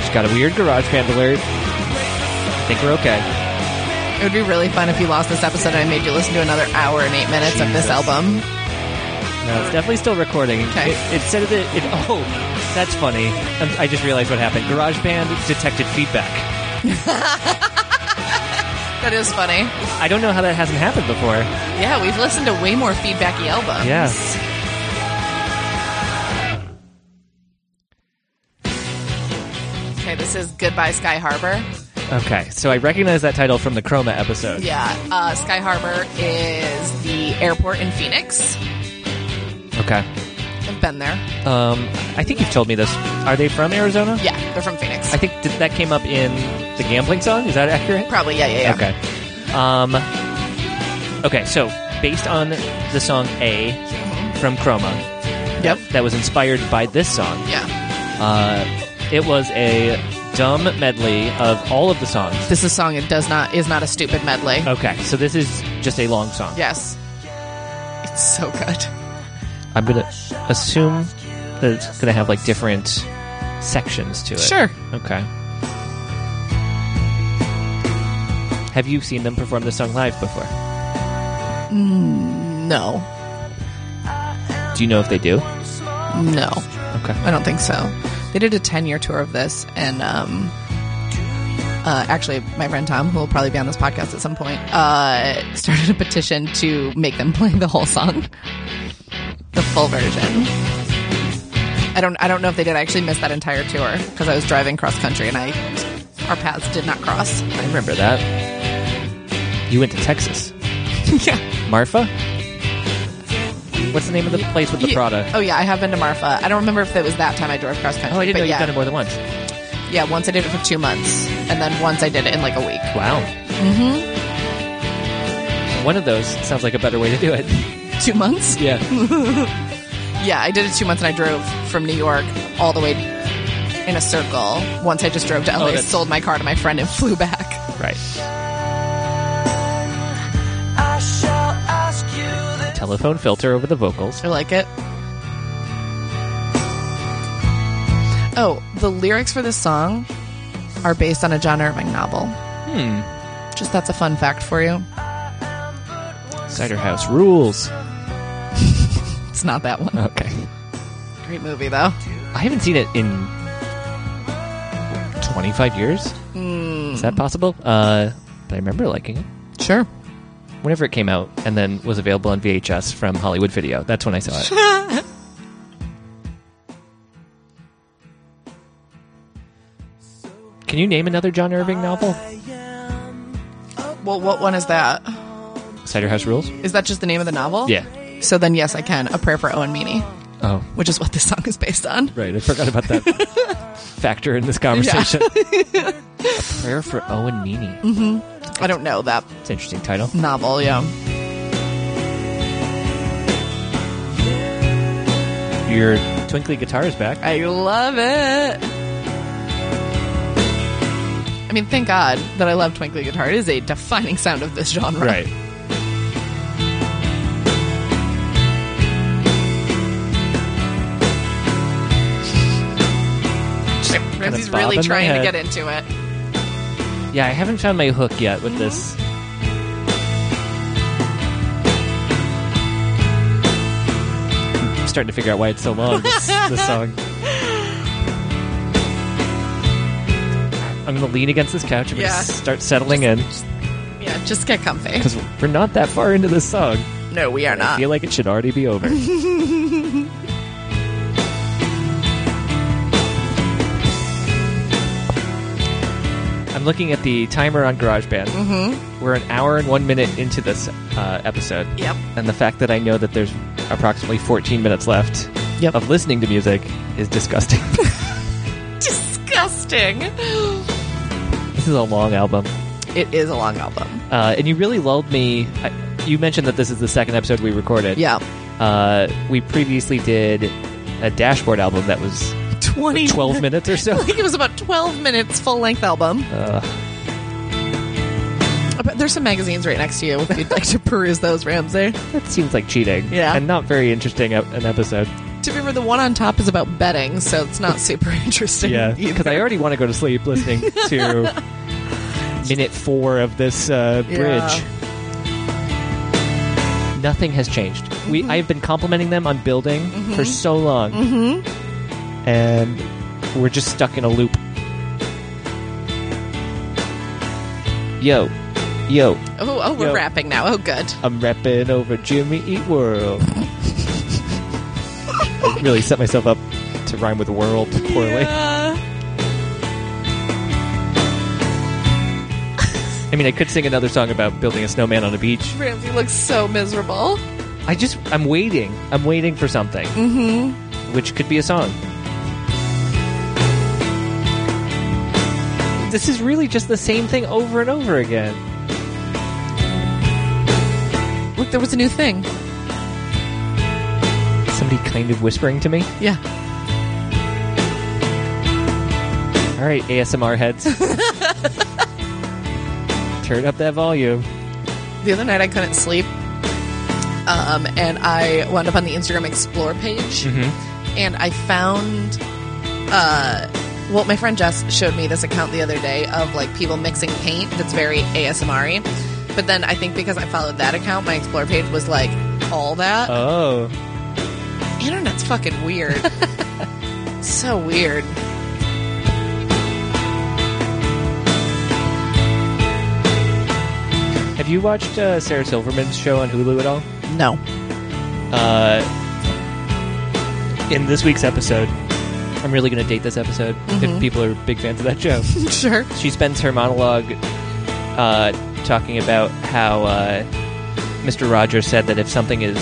Speaker 1: She's got a weird garage band alert. I think we're okay.
Speaker 2: It would be really fun if you lost this episode and I made you listen to another hour and eight minutes of this
Speaker 1: Jesus.
Speaker 2: album.
Speaker 1: No, it's definitely still recording.
Speaker 2: Okay.
Speaker 1: It, it said that it. Oh, that's funny. i I just realized what happened. GarageBand detected feedback.
Speaker 2: That is funny.
Speaker 1: I don't know how that hasn't happened before.
Speaker 2: Yeah, we've listened to way more feedbacky albums.
Speaker 1: Yes.
Speaker 2: Okay, this is Goodbye Sky Harbor.
Speaker 1: Okay, so I recognize that title from the Chroma episode.
Speaker 2: Yeah, uh, Sky Harbor is the airport in Phoenix.
Speaker 1: Okay.
Speaker 2: I've been there.
Speaker 1: Um, I think you've told me this. Are they from Arizona?
Speaker 2: Yeah, they're from Phoenix.
Speaker 1: I think th- that came up in the gambling song. Is that accurate?
Speaker 2: Probably, yeah, yeah, yeah.
Speaker 1: Okay. Um, okay, so based on the song A from Chroma
Speaker 2: Yep.
Speaker 1: that was inspired by this song,
Speaker 2: Yeah.
Speaker 1: uh, it was a dumb medley of all of the songs.
Speaker 2: This is a song. It does not is not a stupid medley.
Speaker 1: Okay, so this is just a long song.
Speaker 2: Yes. It's so good.
Speaker 1: I'm gonna assume that it's gonna have like different sections to it.
Speaker 2: Sure.
Speaker 1: Okay. Have you seen them perform this song live before?
Speaker 2: No.
Speaker 1: Do you know if they do?
Speaker 2: No.
Speaker 1: Okay.
Speaker 2: I don't think so. They did a 10 year tour of this, and um, uh, actually, my friend Tom, who will probably be on this podcast at some point, uh, started a petition to make them [LAUGHS] play the whole song, the full version. I don't, I don't know if they did. I actually missed that entire tour because I was driving cross country and I, our paths did not cross. [LAUGHS]
Speaker 1: I remember that. You went to Texas.
Speaker 2: yeah.
Speaker 1: Marfa? What's the name of the place with the
Speaker 2: Yeah.
Speaker 1: Prada?
Speaker 2: Oh yeah, I have been to Marfa. I don't remember if it was that time I drove cross country.
Speaker 1: Oh, I didn't
Speaker 2: but
Speaker 1: know
Speaker 2: yeah,
Speaker 1: you've done it more than once.
Speaker 2: Yeah, once I did it for two months, and then once I did it in like a week.
Speaker 1: Wow. Mm-hmm. One of those sounds like a better way to do it.
Speaker 2: Two months?
Speaker 1: [LAUGHS] Yeah.
Speaker 2: Yeah, I did it two months and I drove from New York all the way in a circle. Once I just drove to LA,
Speaker 1: that's-
Speaker 2: sold my car to my friend, and [LAUGHS] flew back.
Speaker 1: [LAUGHS] right.
Speaker 3: I shall ask you this.
Speaker 1: Telephone filter over the vocals.
Speaker 2: I like it. Oh, the lyrics for this song are based on a John Irving novel. Hmm. Just that's a fun fact for you.
Speaker 1: Cider House rules.
Speaker 2: It's not that one.
Speaker 1: Okay.
Speaker 2: Great movie, though.
Speaker 1: I haven't seen it in 25 years. Is that possible? Uh, but I remember liking it.
Speaker 2: Sure.
Speaker 1: Whenever it came out and then was available on VHS from Hollywood Video. That's when I saw it. [LAUGHS] Can you name another John Irving novel?
Speaker 2: Well, what one is that?
Speaker 1: Cider House Rules?
Speaker 2: Is that just the name of the novel?
Speaker 1: Yeah.
Speaker 2: So then, yes, I can. A Prayer for Owen Meany,
Speaker 1: Oh,
Speaker 2: which is what this song is based on.
Speaker 1: [LAUGHS] right. I forgot about that factor in this conversation. [LAUGHS] Prayer for Owen Meany.
Speaker 2: I don't know that
Speaker 1: It's an interesting title.
Speaker 2: novel. Yeah.
Speaker 1: Your twinkly guitar is back.
Speaker 2: I love it. I mean, thank God that I love twinkly guitar. It is a defining sound of this genre. [LAUGHS]
Speaker 1: Right.
Speaker 2: Ramsey's
Speaker 1: bob
Speaker 2: really
Speaker 1: in my
Speaker 2: trying to
Speaker 1: head.
Speaker 2: get into it.
Speaker 1: Yeah, I haven't found my hook yet with this. I'm starting to figure out why it's so long, this, this song. I'm going to lean against this couch. I'm
Speaker 2: Yeah.
Speaker 1: going to start settling in
Speaker 2: Yeah, just get
Speaker 1: [LAUGHS]
Speaker 2: comfy.
Speaker 1: because we're not that far into this song.
Speaker 2: No, we are
Speaker 1: I
Speaker 2: not.
Speaker 1: feel like it should already be over. [LAUGHS] I'm looking at the timer on GarageBand. Mm-hmm. We're an hour and one minute into this uh, episode.
Speaker 2: Yep.
Speaker 1: And the fact that I know that there's approximately 14 minutes left
Speaker 2: Yep.
Speaker 1: of listening to music is [LAUGHS] disgusting.
Speaker 2: Disgusting.
Speaker 1: this is a long album.
Speaker 2: It is a long album.
Speaker 1: Uh, and you really lulled me. I, you mentioned that this is the second episode we recorded.
Speaker 2: Yeah.
Speaker 1: Uh, we previously did a dashboard album that was
Speaker 2: 20.
Speaker 1: 12 minutes or so.
Speaker 2: [LAUGHS] I think it was about 12 minutes full length album.
Speaker 1: [LAUGHS] Uh,
Speaker 2: But There's some magazines right next to you if you'd like to [LAUGHS] peruse those, Ramsey.
Speaker 1: that seems like cheating.
Speaker 2: Yeah.
Speaker 1: And not very interesting ep- an episode.
Speaker 2: To be fair, the one on top is about betting, so it's not super [LAUGHS]
Speaker 1: [LAUGHS]
Speaker 2: interesting. either.
Speaker 1: Because I already want to go to sleep listening
Speaker 2: [LAUGHS]
Speaker 1: to minute four of this uh, bridge. Nothing has changed. We
Speaker 2: Mm-hmm.
Speaker 1: I've been complimenting them on building for so long.
Speaker 2: Mm-hmm.
Speaker 1: And we're just stuck in a loop. Yo, yo,
Speaker 2: Oh, oh, we're
Speaker 1: Yo.
Speaker 2: rapping now. Oh, good.
Speaker 1: I'm rapping over Jimmy Eat World. I really set myself up to rhyme with world poorly.
Speaker 2: Yeah.
Speaker 1: I mean, I could sing another song about building a snowman on a beach.
Speaker 2: Ramsey looks so miserable.
Speaker 1: I just, I'm waiting. I'm waiting for something. Mm-hmm. Which could be a song. This is really just the same thing over and over again.
Speaker 2: Look, there was a new thing.
Speaker 1: Somebody kind of whispering to me.
Speaker 2: Yeah.
Speaker 1: All right, ASMR heads. Turn up that volume.
Speaker 2: The other night I couldn't sleep. Um, and I wound up on the Instagram Explore page
Speaker 1: Mm-hmm.
Speaker 2: and I found uh well my friend Jess showed me this account the other day of like people mixing paint that's very ASMR -y. But then I think because I followed that account, my Explore page was like all that.
Speaker 1: Oh.
Speaker 2: Internet's fucking weird.
Speaker 1: [LAUGHS]
Speaker 2: so weird.
Speaker 1: Have you watched uh, Sarah Silverman's show on Hulu at all?
Speaker 2: No.
Speaker 1: Uh, in this week's episode, I'm really going to date this episode if people are big fans of that show.
Speaker 2: [LAUGHS] sure.
Speaker 1: she spends her monologue uh, talking about how uh, Mr. Rogers said that if something is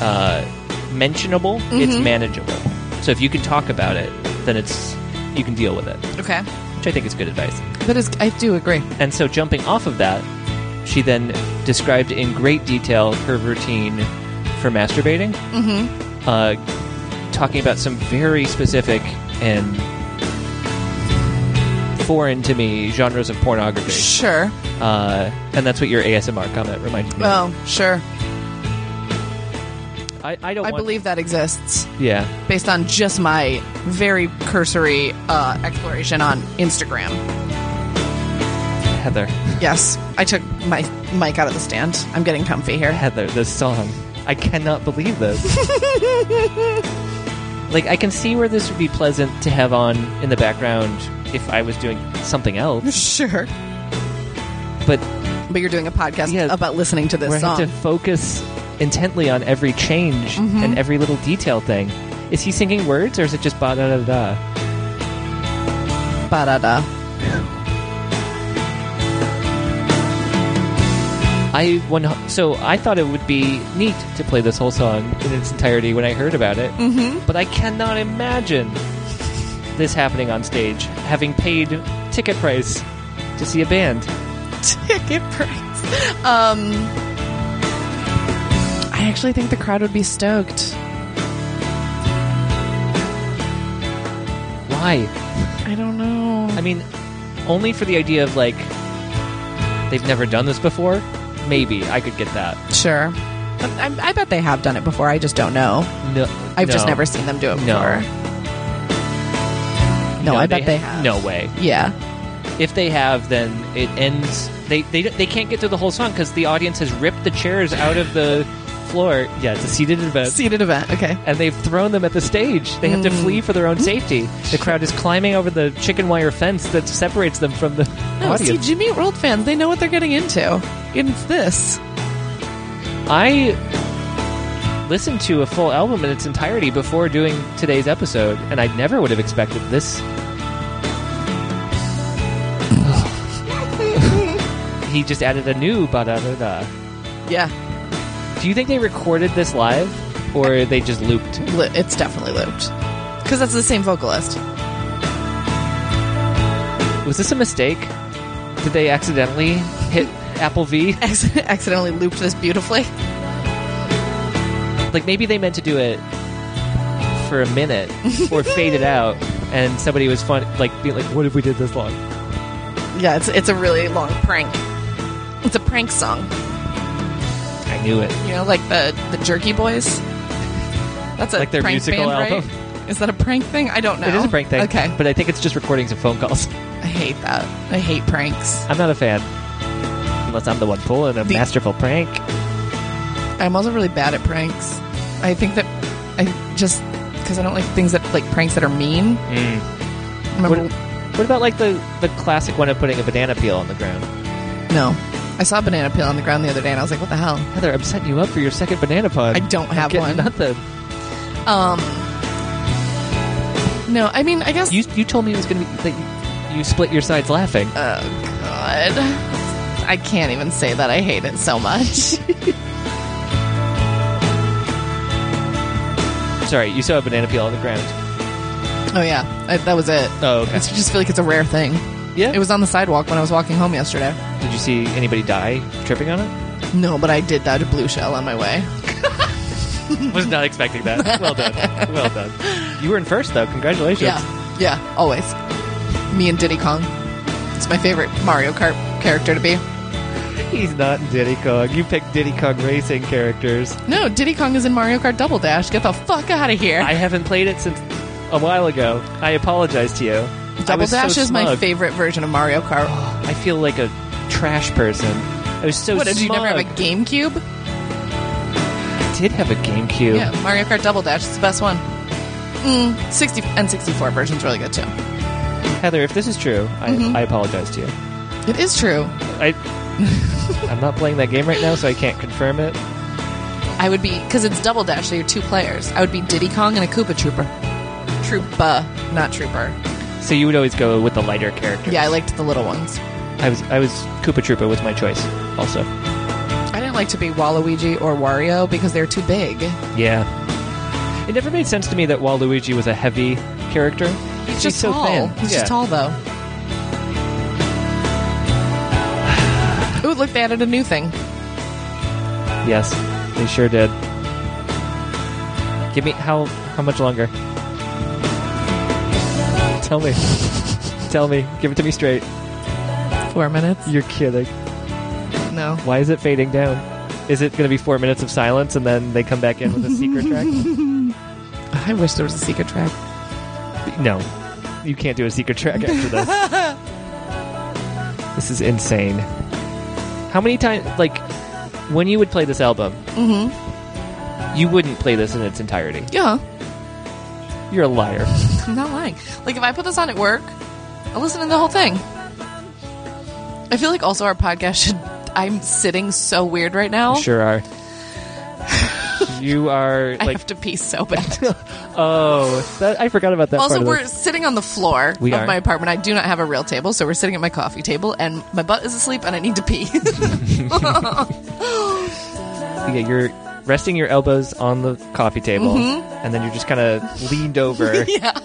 Speaker 1: uh, mentionable, it's manageable. So if you can talk about it, then it's you can deal with it,
Speaker 2: Okay.
Speaker 1: which I think is good advice.
Speaker 2: That is, I do agree.
Speaker 1: And so, jumping off of that, she then described in great detail her routine for masturbating, mm-hmm. uh, talking about some very specific and foreign to me genres of pornography.
Speaker 2: Sure.
Speaker 1: Uh, and that's what your ASMR comment reminded me. of.
Speaker 2: Oh, sure.
Speaker 1: I, I don't.
Speaker 2: I
Speaker 1: want-
Speaker 2: believe that exists
Speaker 1: Yeah,
Speaker 2: based on just my very cursory uh, exploration on Instagram.
Speaker 1: Heather.
Speaker 2: Yes, I took my mic out of the stand. I'm getting comfy here. [LAUGHS]
Speaker 1: Heather, this song. I cannot believe [LAUGHS] this. like, I can see where this would be pleasant to have on in the background if I was doing something else,
Speaker 2: sure.
Speaker 1: but
Speaker 2: But you're doing a podcast
Speaker 1: Yeah.
Speaker 2: about listening to this
Speaker 1: where I [LAUGHS]
Speaker 2: song.
Speaker 1: have to focus intently on every change and every little detail thing. Is he singing words or is it just ba da da da?
Speaker 2: Ba-da-da. [LAUGHS]
Speaker 1: I one so I thought it would be neat to play this whole song in its entirety when I heard about it, mm-hmm. but I cannot imagine this happening on stage. Having paid ticket price to see a band.
Speaker 2: ticket price. Um, I actually think the crowd would be stoked.
Speaker 1: Why?
Speaker 2: I don't know.
Speaker 1: I mean, only for the idea of like they've never done this before. Maybe I could get that.
Speaker 2: sure. I, I bet they have done it before. I just don't know.
Speaker 1: No,
Speaker 2: I've just
Speaker 1: no.
Speaker 2: never seen them do
Speaker 1: No.
Speaker 2: it before. No, I bet they, have.
Speaker 1: No way.
Speaker 2: Yeah.
Speaker 1: If they have, then it ends. They they they can't get through the whole song because the audience has ripped the chairs out of the floor. Yeah, it's a seated event.
Speaker 2: Seated event. Okay.
Speaker 1: and they've thrown them at the stage. They have to flee for their own safety. The crowd is climbing over the chicken wire fence that separates them from the
Speaker 2: No, see,
Speaker 1: audience.
Speaker 2: Jimmy Eat World fans, they know what they're getting into. And It's this.
Speaker 1: I listened to a full album in its entirety before doing today's episode, and I never would have expected this. he just added a new ba da da da.
Speaker 2: Yeah.
Speaker 1: Do you think they recorded this live, or they just looped?
Speaker 2: Lo- It's definitely looped. Because that's the same vocalist. [LAUGHS]
Speaker 1: Was this a mistake? Did they accidentally
Speaker 2: [LAUGHS]
Speaker 1: hit Apple V?
Speaker 2: Acc- accidentally looped this beautifully.
Speaker 1: like maybe they meant to do it for a minute
Speaker 2: [LAUGHS]
Speaker 1: or fade it out and somebody was fun like being like what if we did this long
Speaker 2: Yeah, it's it's a really long prank. It's a prank song.
Speaker 1: i knew it
Speaker 2: You know, like the the Jerky Boys. That's a
Speaker 1: Like their
Speaker 2: prank
Speaker 1: musical
Speaker 2: band,
Speaker 1: album?
Speaker 2: right? Is that a prank thing? I don't know.
Speaker 1: it is a prank thing
Speaker 2: Okay,
Speaker 1: but i think it's just recordings of phone calls [LAUGHS]
Speaker 2: I hate that. I hate pranks.
Speaker 1: i'm not a fan unless i'm the one pulling a
Speaker 2: The-
Speaker 1: masterful prank
Speaker 2: I'm also really bad at pranks. I think that I just because I don't like things that like pranks that are mean.
Speaker 1: Mm. what,
Speaker 2: Remember?
Speaker 1: what about like the the classic one of putting a banana peel on the ground
Speaker 2: No, I saw a banana peel on the ground the other day, and I was like, "What the hell?"
Speaker 1: heather i'm setting you up for your second banana pun
Speaker 2: I don't
Speaker 1: I'm
Speaker 2: have
Speaker 1: getting
Speaker 2: one.
Speaker 1: nothing
Speaker 2: Um. No, I mean, I guess
Speaker 1: you you told me it was gonna be that you, you split your sides laughing
Speaker 2: Oh god. I can't even say that I hate it so much. [LAUGHS] Uh,
Speaker 1: sorry you saw a banana peel on the ground
Speaker 2: oh yeah, I, that was it.
Speaker 1: oh okay
Speaker 2: I just feel like it's a rare thing.
Speaker 1: yeah
Speaker 2: It was on the sidewalk when I was walking home yesterday.
Speaker 1: Did you see anybody die tripping on
Speaker 2: [LAUGHS]
Speaker 1: it?
Speaker 2: No, but I did dodge a blue shell on my way.
Speaker 1: Was not expecting that. Well done. Well done. [LAUGHS] You were in first though. Congratulations.
Speaker 2: Yeah, yeah, always. Me and Diddy Kong. It's my favorite Mario Kart character to be.
Speaker 1: He's not in Diddy Kong. You picked Diddy Kong racing characters.
Speaker 2: No, Diddy Kong is in Mario Kart Double Dash. Get the fuck out of here.
Speaker 1: I haven't played it since a while ago. I apologize to you. I
Speaker 2: Double
Speaker 1: was so
Speaker 2: Dash is my
Speaker 1: smug.
Speaker 2: favorite version of Mario Kart.
Speaker 1: I feel like a trash person. I was so
Speaker 2: what did you never have a
Speaker 1: smug.
Speaker 2: GameCube?
Speaker 1: I did have a GameCube.
Speaker 2: Yeah, Mario Kart Double Dash is the best one. Mm, 60 and 64 version's really good too.
Speaker 1: Heather, if this is true, I,
Speaker 2: Mm-hmm.
Speaker 1: I apologize to you.
Speaker 2: It is true.
Speaker 1: I
Speaker 2: [LAUGHS]
Speaker 1: I'm not playing that game right now, so I can't confirm it.
Speaker 2: I would be because it's Double Dash, so you're two players. I would be Diddy Kong and a Koopa Trooper. Troopa, not Trooper.
Speaker 1: So you would always go with the lighter character.
Speaker 2: Yeah, I liked the little ones.
Speaker 1: I was I was Koopa Troopa was my choice also.
Speaker 2: I didn't like to be Waluigi or Wario because they're too big.
Speaker 1: Yeah. It never made sense to me that Waluigi was a heavy character.
Speaker 2: He's,
Speaker 1: He's
Speaker 2: just
Speaker 1: so
Speaker 2: tall.
Speaker 1: thin.
Speaker 2: He's
Speaker 1: Yeah.
Speaker 2: just tall though. Ooh, look, they added a new thing.
Speaker 1: Yes, they sure did. Give me how how much longer? Tell me. [LAUGHS] Tell me. Give it to me straight.
Speaker 2: Four minutes?
Speaker 1: You're kidding.
Speaker 2: No.
Speaker 1: Why is it fading down? Is it going to be 4 minutes of silence and then they come back in with a secret
Speaker 2: [LAUGHS]
Speaker 1: track?
Speaker 2: I wish there was a secret track.
Speaker 1: No. You can't do a secret track after
Speaker 2: [LAUGHS]
Speaker 1: this. this is insane. How many times, like, when you would play this album,
Speaker 2: Mm-hmm.
Speaker 1: you wouldn't play this in its entirety.
Speaker 2: Yeah.
Speaker 1: You're a liar.
Speaker 2: I'm not lying. Like if I put this on at work, I'll listen to the whole thing. I feel like also our podcast should. I'm sitting so weird right now.
Speaker 1: You sure
Speaker 2: [LAUGHS]
Speaker 1: are. you are,
Speaker 2: I
Speaker 1: like,
Speaker 2: have to pee so [LAUGHS] bad.
Speaker 1: oh, that, I forgot about that
Speaker 2: also,
Speaker 1: part of
Speaker 2: we're
Speaker 1: this.
Speaker 2: sitting on the floor
Speaker 1: We
Speaker 2: of
Speaker 1: are.
Speaker 2: my apartment. I do not have a real table, so we're sitting at my coffee table, and my butt is asleep, and I need to pee. [LAUGHS]
Speaker 1: Yeah, you're resting your elbows on the coffee table, and then you're just kind of leaned over
Speaker 2: yeah,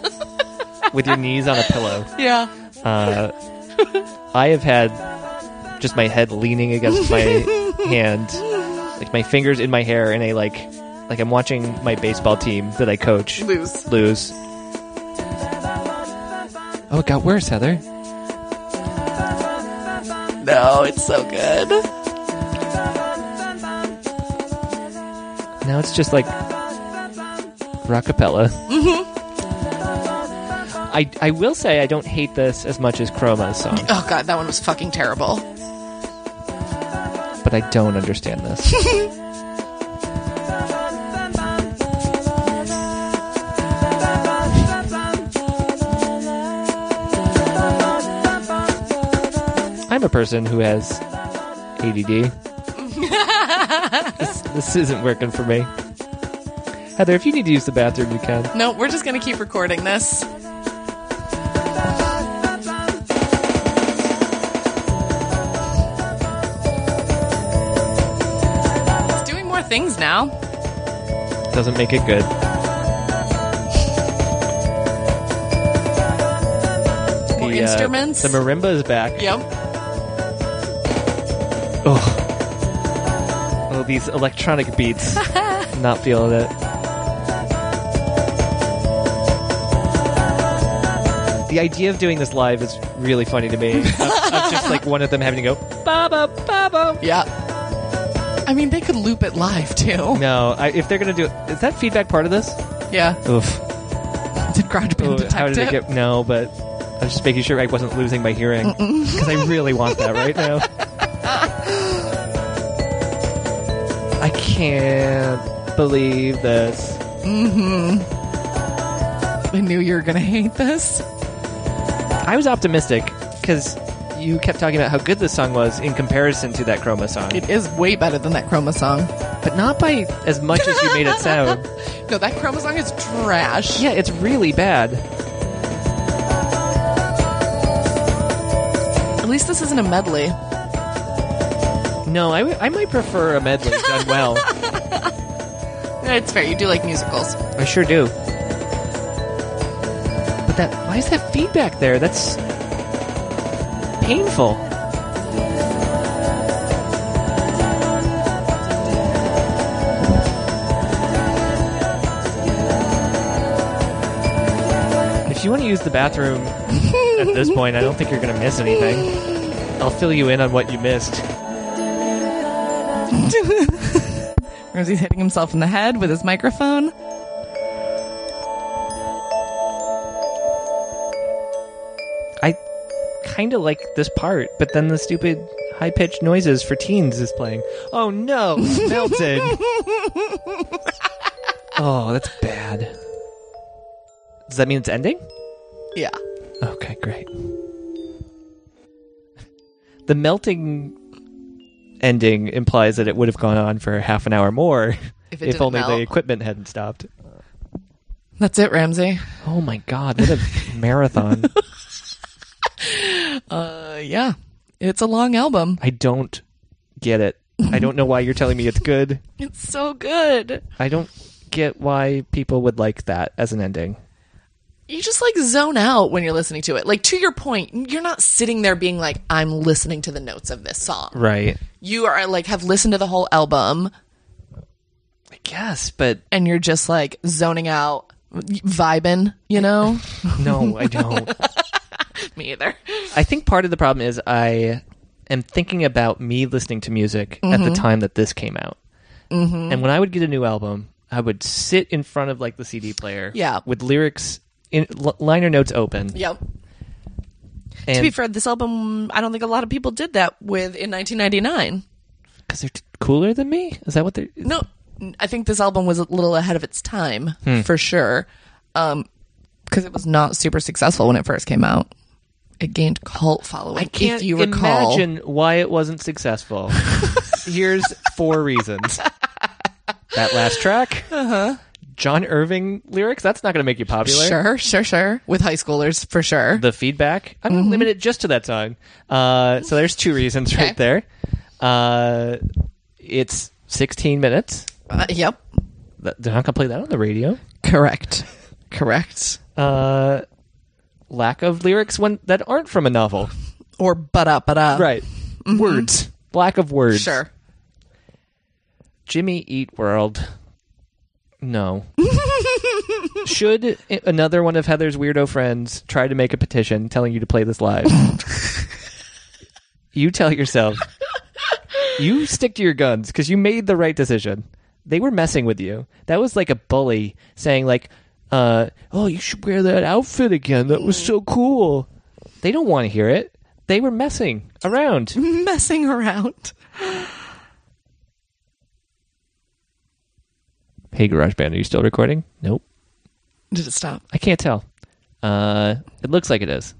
Speaker 1: with your knees on a pillow.
Speaker 2: yeah.
Speaker 1: Uh, I have had just my head leaning against my hand, like my fingers in my hair, and a like, like I'm watching my baseball team that I coach
Speaker 2: Lose.
Speaker 1: lose. Oh, it got worse, Heather.
Speaker 2: No, it's so good.
Speaker 1: Now it's just like rockapella. I I will say I don't hate this as much as Chroma's song,
Speaker 2: Oh god, that one was fucking terrible.
Speaker 1: but I don't understand this. I'm a person who has ADD. this, this isn't working for me. Heather, if you need to use the bathroom, you can.
Speaker 2: No, we're just gonna keep recording this. It's doing more things now.
Speaker 1: Doesn't make it good.
Speaker 2: More
Speaker 1: The, uh,
Speaker 2: instruments.
Speaker 1: the marimba is back.
Speaker 2: yep.
Speaker 1: Oh. Oh, these electronic beats. Not feeling it. The idea of doing this live is really funny to me. Of, of just like one of them having to go, ba ba ba ba.
Speaker 2: Yep. I mean, they could loop it live too.
Speaker 1: No, I, if they're gonna do, is that feedback part of this?
Speaker 2: Yeah.
Speaker 1: Oof.
Speaker 2: Did GarageBand
Speaker 1: Oh,
Speaker 2: detect
Speaker 1: how did
Speaker 2: it?
Speaker 1: it get? No, but I was just making sure I wasn't losing my hearing because I really want that right now. [LAUGHS] I can't believe this.
Speaker 2: I knew you were gonna hate this.
Speaker 1: I was optimistic because you kept talking about how good this song was in comparison to that Chroma song,
Speaker 2: It is way better than that Chroma song.
Speaker 1: but not by as much as you made it sound.
Speaker 2: [LAUGHS] No, that Chroma song is
Speaker 1: [LAUGHS]
Speaker 2: trash.
Speaker 1: Yeah, it's really bad.
Speaker 2: At least this isn't a medley.
Speaker 1: No, I, w- I might prefer a medley done well.
Speaker 2: It's fair. You do like musicals.
Speaker 1: I sure do. But that why is that feedback there? That's painful. If you want to use the bathroom at this point, I don't think you're going to miss anything. I'll fill you in on what you missed.
Speaker 2: Or is he hitting himself in the head with his microphone?
Speaker 1: I kind of like this part, but then the stupid high pitched noises for teens is playing. Oh no,
Speaker 2: [LAUGHS]
Speaker 1: it's melted. oh, that's bad. Does that mean it's ending?
Speaker 2: Yeah.
Speaker 1: Okay, great. The melting ending implies that it would have gone on for half an hour more
Speaker 2: If
Speaker 1: [LAUGHS] if,
Speaker 2: it didn't
Speaker 1: only
Speaker 2: melt.
Speaker 1: the equipment hadn't stopped.
Speaker 2: That's it, Ramsey.
Speaker 1: Oh my god, what a
Speaker 2: [LAUGHS]
Speaker 1: marathon.
Speaker 2: Uh, yeah. It's a long album.
Speaker 1: I don't get it. I don't know why you're telling me it's good.
Speaker 2: It's so good.
Speaker 1: I don't get why people would like that as an ending.
Speaker 2: You just like zone out when you're listening to it. Like, to your point, you're not sitting there being like, I'm listening to the notes of this song.
Speaker 1: Right.
Speaker 2: You are like, have listened to the whole album
Speaker 1: I guess, but
Speaker 2: and you're just like zoning out, vibing, you know?
Speaker 1: no, I don't.
Speaker 2: [LAUGHS] Me either.
Speaker 1: I think part of the problem is I am thinking about me listening to music at
Speaker 2: Mm-hmm.
Speaker 1: the time that this came out. Mm-hmm. And when I would get a new album, I would sit in front of like the CD player
Speaker 2: Yeah.
Speaker 1: with lyrics in l- liner notes open.
Speaker 2: Yep.
Speaker 1: And
Speaker 2: to be fair, this album, I don't think a lot of people did that with in 1999.
Speaker 1: cuz they're t- cooler than me? Is that what they're
Speaker 2: No, I think this album was a little ahead of its time
Speaker 1: Hmm.
Speaker 2: for sure, because it was not super successful when it first came out. It gained cult following. if you recall,
Speaker 1: imagine why it wasn't
Speaker 2: [LAUGHS]
Speaker 1: successful. Here's four reasons. That last track, uh-huh. John Irving lyrics. That's not going to make you popular.
Speaker 2: sure, sure, sure, with high schoolers for sure.
Speaker 1: The feedback. I'm going
Speaker 2: Mm-hmm.
Speaker 1: to limit it just to that song. Uh, so there's two reasons
Speaker 2: Okay.
Speaker 1: right there. Uh, it's 16 minutes.
Speaker 2: Uh, yep,
Speaker 1: Th- They're not going to play that on the radio.
Speaker 2: correct, correct.
Speaker 1: Uh, lack of lyrics when that aren't from a novel.
Speaker 2: or but up, but up.
Speaker 1: Right. Words. Lack of words.
Speaker 2: Mm-hmm. Sure. [LAUGHS]
Speaker 1: Jimmy Eat World. No. Should i- another one of Heather's weirdo friends try to make a petition telling you to play this live? you tell yourself. You stick to your guns because you made the right decision. They were messing with you. That was like a bully saying like, uh, "Oh, you should wear that outfit again. That was so cool." They don't want to hear it. They were messing around.
Speaker 2: Messing around.
Speaker 1: hey, GarageBand, are you still recording? Nope.
Speaker 2: Did it stop?
Speaker 1: I can't tell. Uh, it looks like it is.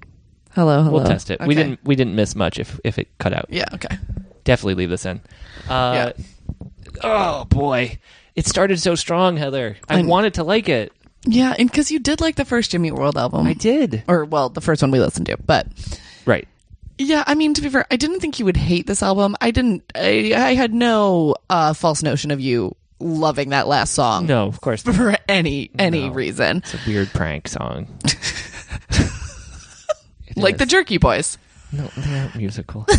Speaker 2: Hello, hello.
Speaker 1: We'll test it. We
Speaker 2: Okay.
Speaker 1: didn't. We didn't miss much. If if it cut out,
Speaker 2: Yeah. Okay.
Speaker 1: definitely leave this in. Uh, Oh boy, it started so strong, Heather. I,
Speaker 2: I know.
Speaker 1: wanted to like it.
Speaker 2: Yeah, and because you did like the first Jimmy Eat World album,
Speaker 1: I did.
Speaker 2: or well, the first one we listened to, but
Speaker 1: Right.
Speaker 2: yeah, I mean, to be fair, I didn't think you would hate this album. I didn't. I, I had no uh, false notion of you loving that last song
Speaker 1: No, of course. It's
Speaker 2: for any any
Speaker 1: No.
Speaker 2: reason,
Speaker 1: a weird prank
Speaker 2: [LAUGHS]
Speaker 1: song. It
Speaker 2: like the
Speaker 1: is.
Speaker 2: Jerky Boys.
Speaker 1: no, they're not musical. [LAUGHS]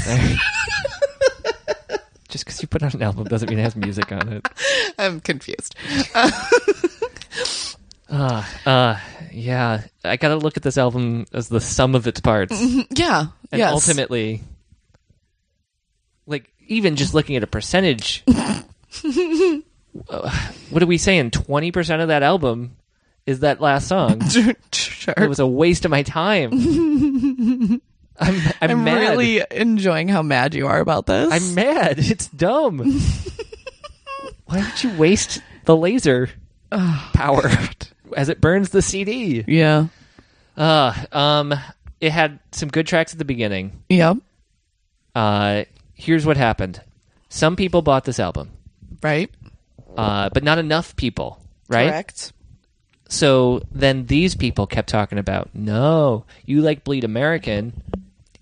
Speaker 1: Just because you put out an album doesn't mean it has music on
Speaker 2: [LAUGHS]
Speaker 1: it.
Speaker 2: I'm confused.
Speaker 1: Uh, uh, yeah, I gotta look at this album as the sum of its parts.
Speaker 2: Mm, Yeah.
Speaker 1: and
Speaker 2: yes.
Speaker 1: ultimately like even just looking at a
Speaker 2: [LAUGHS]
Speaker 1: percentage uh, what are we saying 20% of that album is that last
Speaker 2: [LAUGHS]
Speaker 1: song
Speaker 2: sure.
Speaker 1: it was a waste of my
Speaker 2: [LAUGHS]
Speaker 1: time i'm, I'm,
Speaker 2: I'm
Speaker 1: mad
Speaker 2: really enjoying how mad you are about this.
Speaker 1: i'm mad [LAUGHS] it's dumb
Speaker 2: [LAUGHS]
Speaker 1: why would you waste the laser power
Speaker 2: [LAUGHS]
Speaker 1: as it burns the cd
Speaker 2: yeah.
Speaker 1: uh, um, it had some good tracks at the beginning
Speaker 2: Yep.
Speaker 1: uh, here's what happened. Some people bought this album,
Speaker 2: Right.
Speaker 1: uh, but not enough people, right?
Speaker 2: Correct.
Speaker 1: So then these people kept talking about, no, you like Bleed American.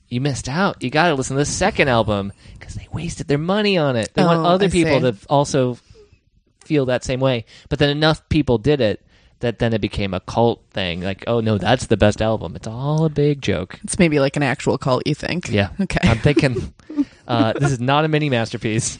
Speaker 1: You missed out. You got to listen to the second album because they wasted their money on it. They want
Speaker 2: Oh,
Speaker 1: other
Speaker 2: I
Speaker 1: people
Speaker 2: see.
Speaker 1: to also feel that same way. But then enough people did it that then it became a cult thing. Like, oh, no, that's the best album. It's all a big joke.
Speaker 2: It's maybe like an actual cult. You think?
Speaker 1: Yeah.
Speaker 2: Okay.
Speaker 1: I'm thinking uh, this is not a mini masterpiece.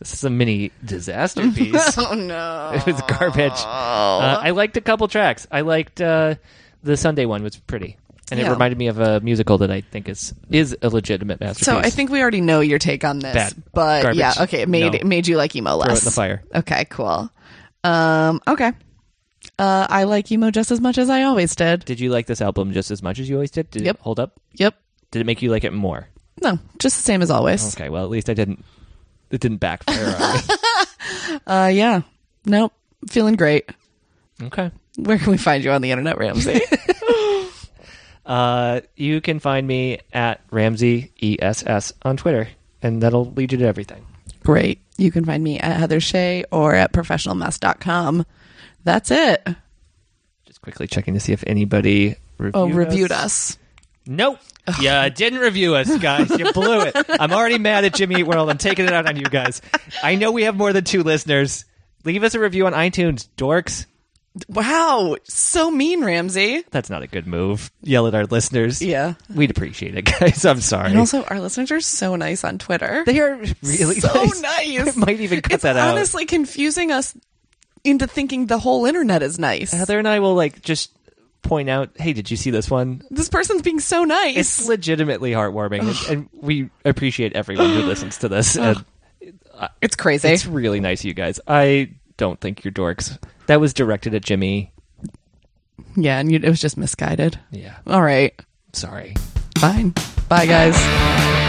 Speaker 1: this is a mini disaster
Speaker 2: [LAUGHS]
Speaker 1: piece.
Speaker 2: [LAUGHS] oh no.
Speaker 1: it was garbage. Uh, I liked a couple tracks. I liked uh, the Sunday one was pretty, and it
Speaker 2: Yeah.
Speaker 1: reminded me of a musical that I think is is a legitimate masterpiece.
Speaker 2: So I think we already know your take on this,
Speaker 1: Bad.
Speaker 2: but
Speaker 1: Garbage.
Speaker 2: yeah, okay, it made
Speaker 1: No.
Speaker 2: it made you like emo less.
Speaker 1: throw it in the fire.
Speaker 2: Okay, cool. Um, okay. Uh, I like emo just as much as I always did.
Speaker 1: Did you like this album just as much as you always did? Did
Speaker 2: Yep.
Speaker 1: it hold up?
Speaker 2: Yep.
Speaker 1: Did it make you like it more?
Speaker 2: No, just the same as always.
Speaker 1: Okay, well at least I didn't. It didn't backfire. on
Speaker 2: [LAUGHS]
Speaker 1: me.
Speaker 2: Uh, yeah. Nope. Feeling great. [LAUGHS]
Speaker 1: okay.
Speaker 2: Where can we find you on the
Speaker 1: [LAUGHS]
Speaker 2: internet, Ramsey?
Speaker 1: Uh, you can find me at Ramsey ESS on Twitter, and that'll lead you to everything.
Speaker 2: great. You can find me at Heather Shea or at professionalmess.com. That's it.
Speaker 1: Just quickly checking to see if anybody reviewed
Speaker 2: Oh, reviewed
Speaker 1: us.
Speaker 2: us.
Speaker 1: Nope. Yeah, didn't review us, guys. You blew it. I'm already mad at Jimmy Eat World. I'm taking it out on you guys. I know we have more than two listeners. Leave us a review on iTunes, dorks.
Speaker 2: Wow. So mean, Ramsey.
Speaker 1: That's not a good move. Yell at our listeners.
Speaker 2: Yeah.
Speaker 1: We'd appreciate it, guys. I'm sorry.
Speaker 2: And also, our listeners are so nice on Twitter.
Speaker 1: they are really
Speaker 2: so [LAUGHS] nice.
Speaker 1: nice. I might even cut
Speaker 2: it's
Speaker 1: that out.
Speaker 2: honestly confusing us into thinking the whole internet is nice.
Speaker 1: Heather and I will like just point out, hey, did you see this one?
Speaker 2: this person's being so nice.
Speaker 1: It's legitimately heartwarming, and, and we appreciate everyone who listens to this. And
Speaker 2: It's crazy.
Speaker 1: It's really nice of you guys. I don't think you're dorks. That was directed at Jimmy.
Speaker 2: yeah, and you, it was just misguided.
Speaker 1: Yeah.
Speaker 2: All right.
Speaker 1: Sorry.
Speaker 2: Fine. Bye, guys.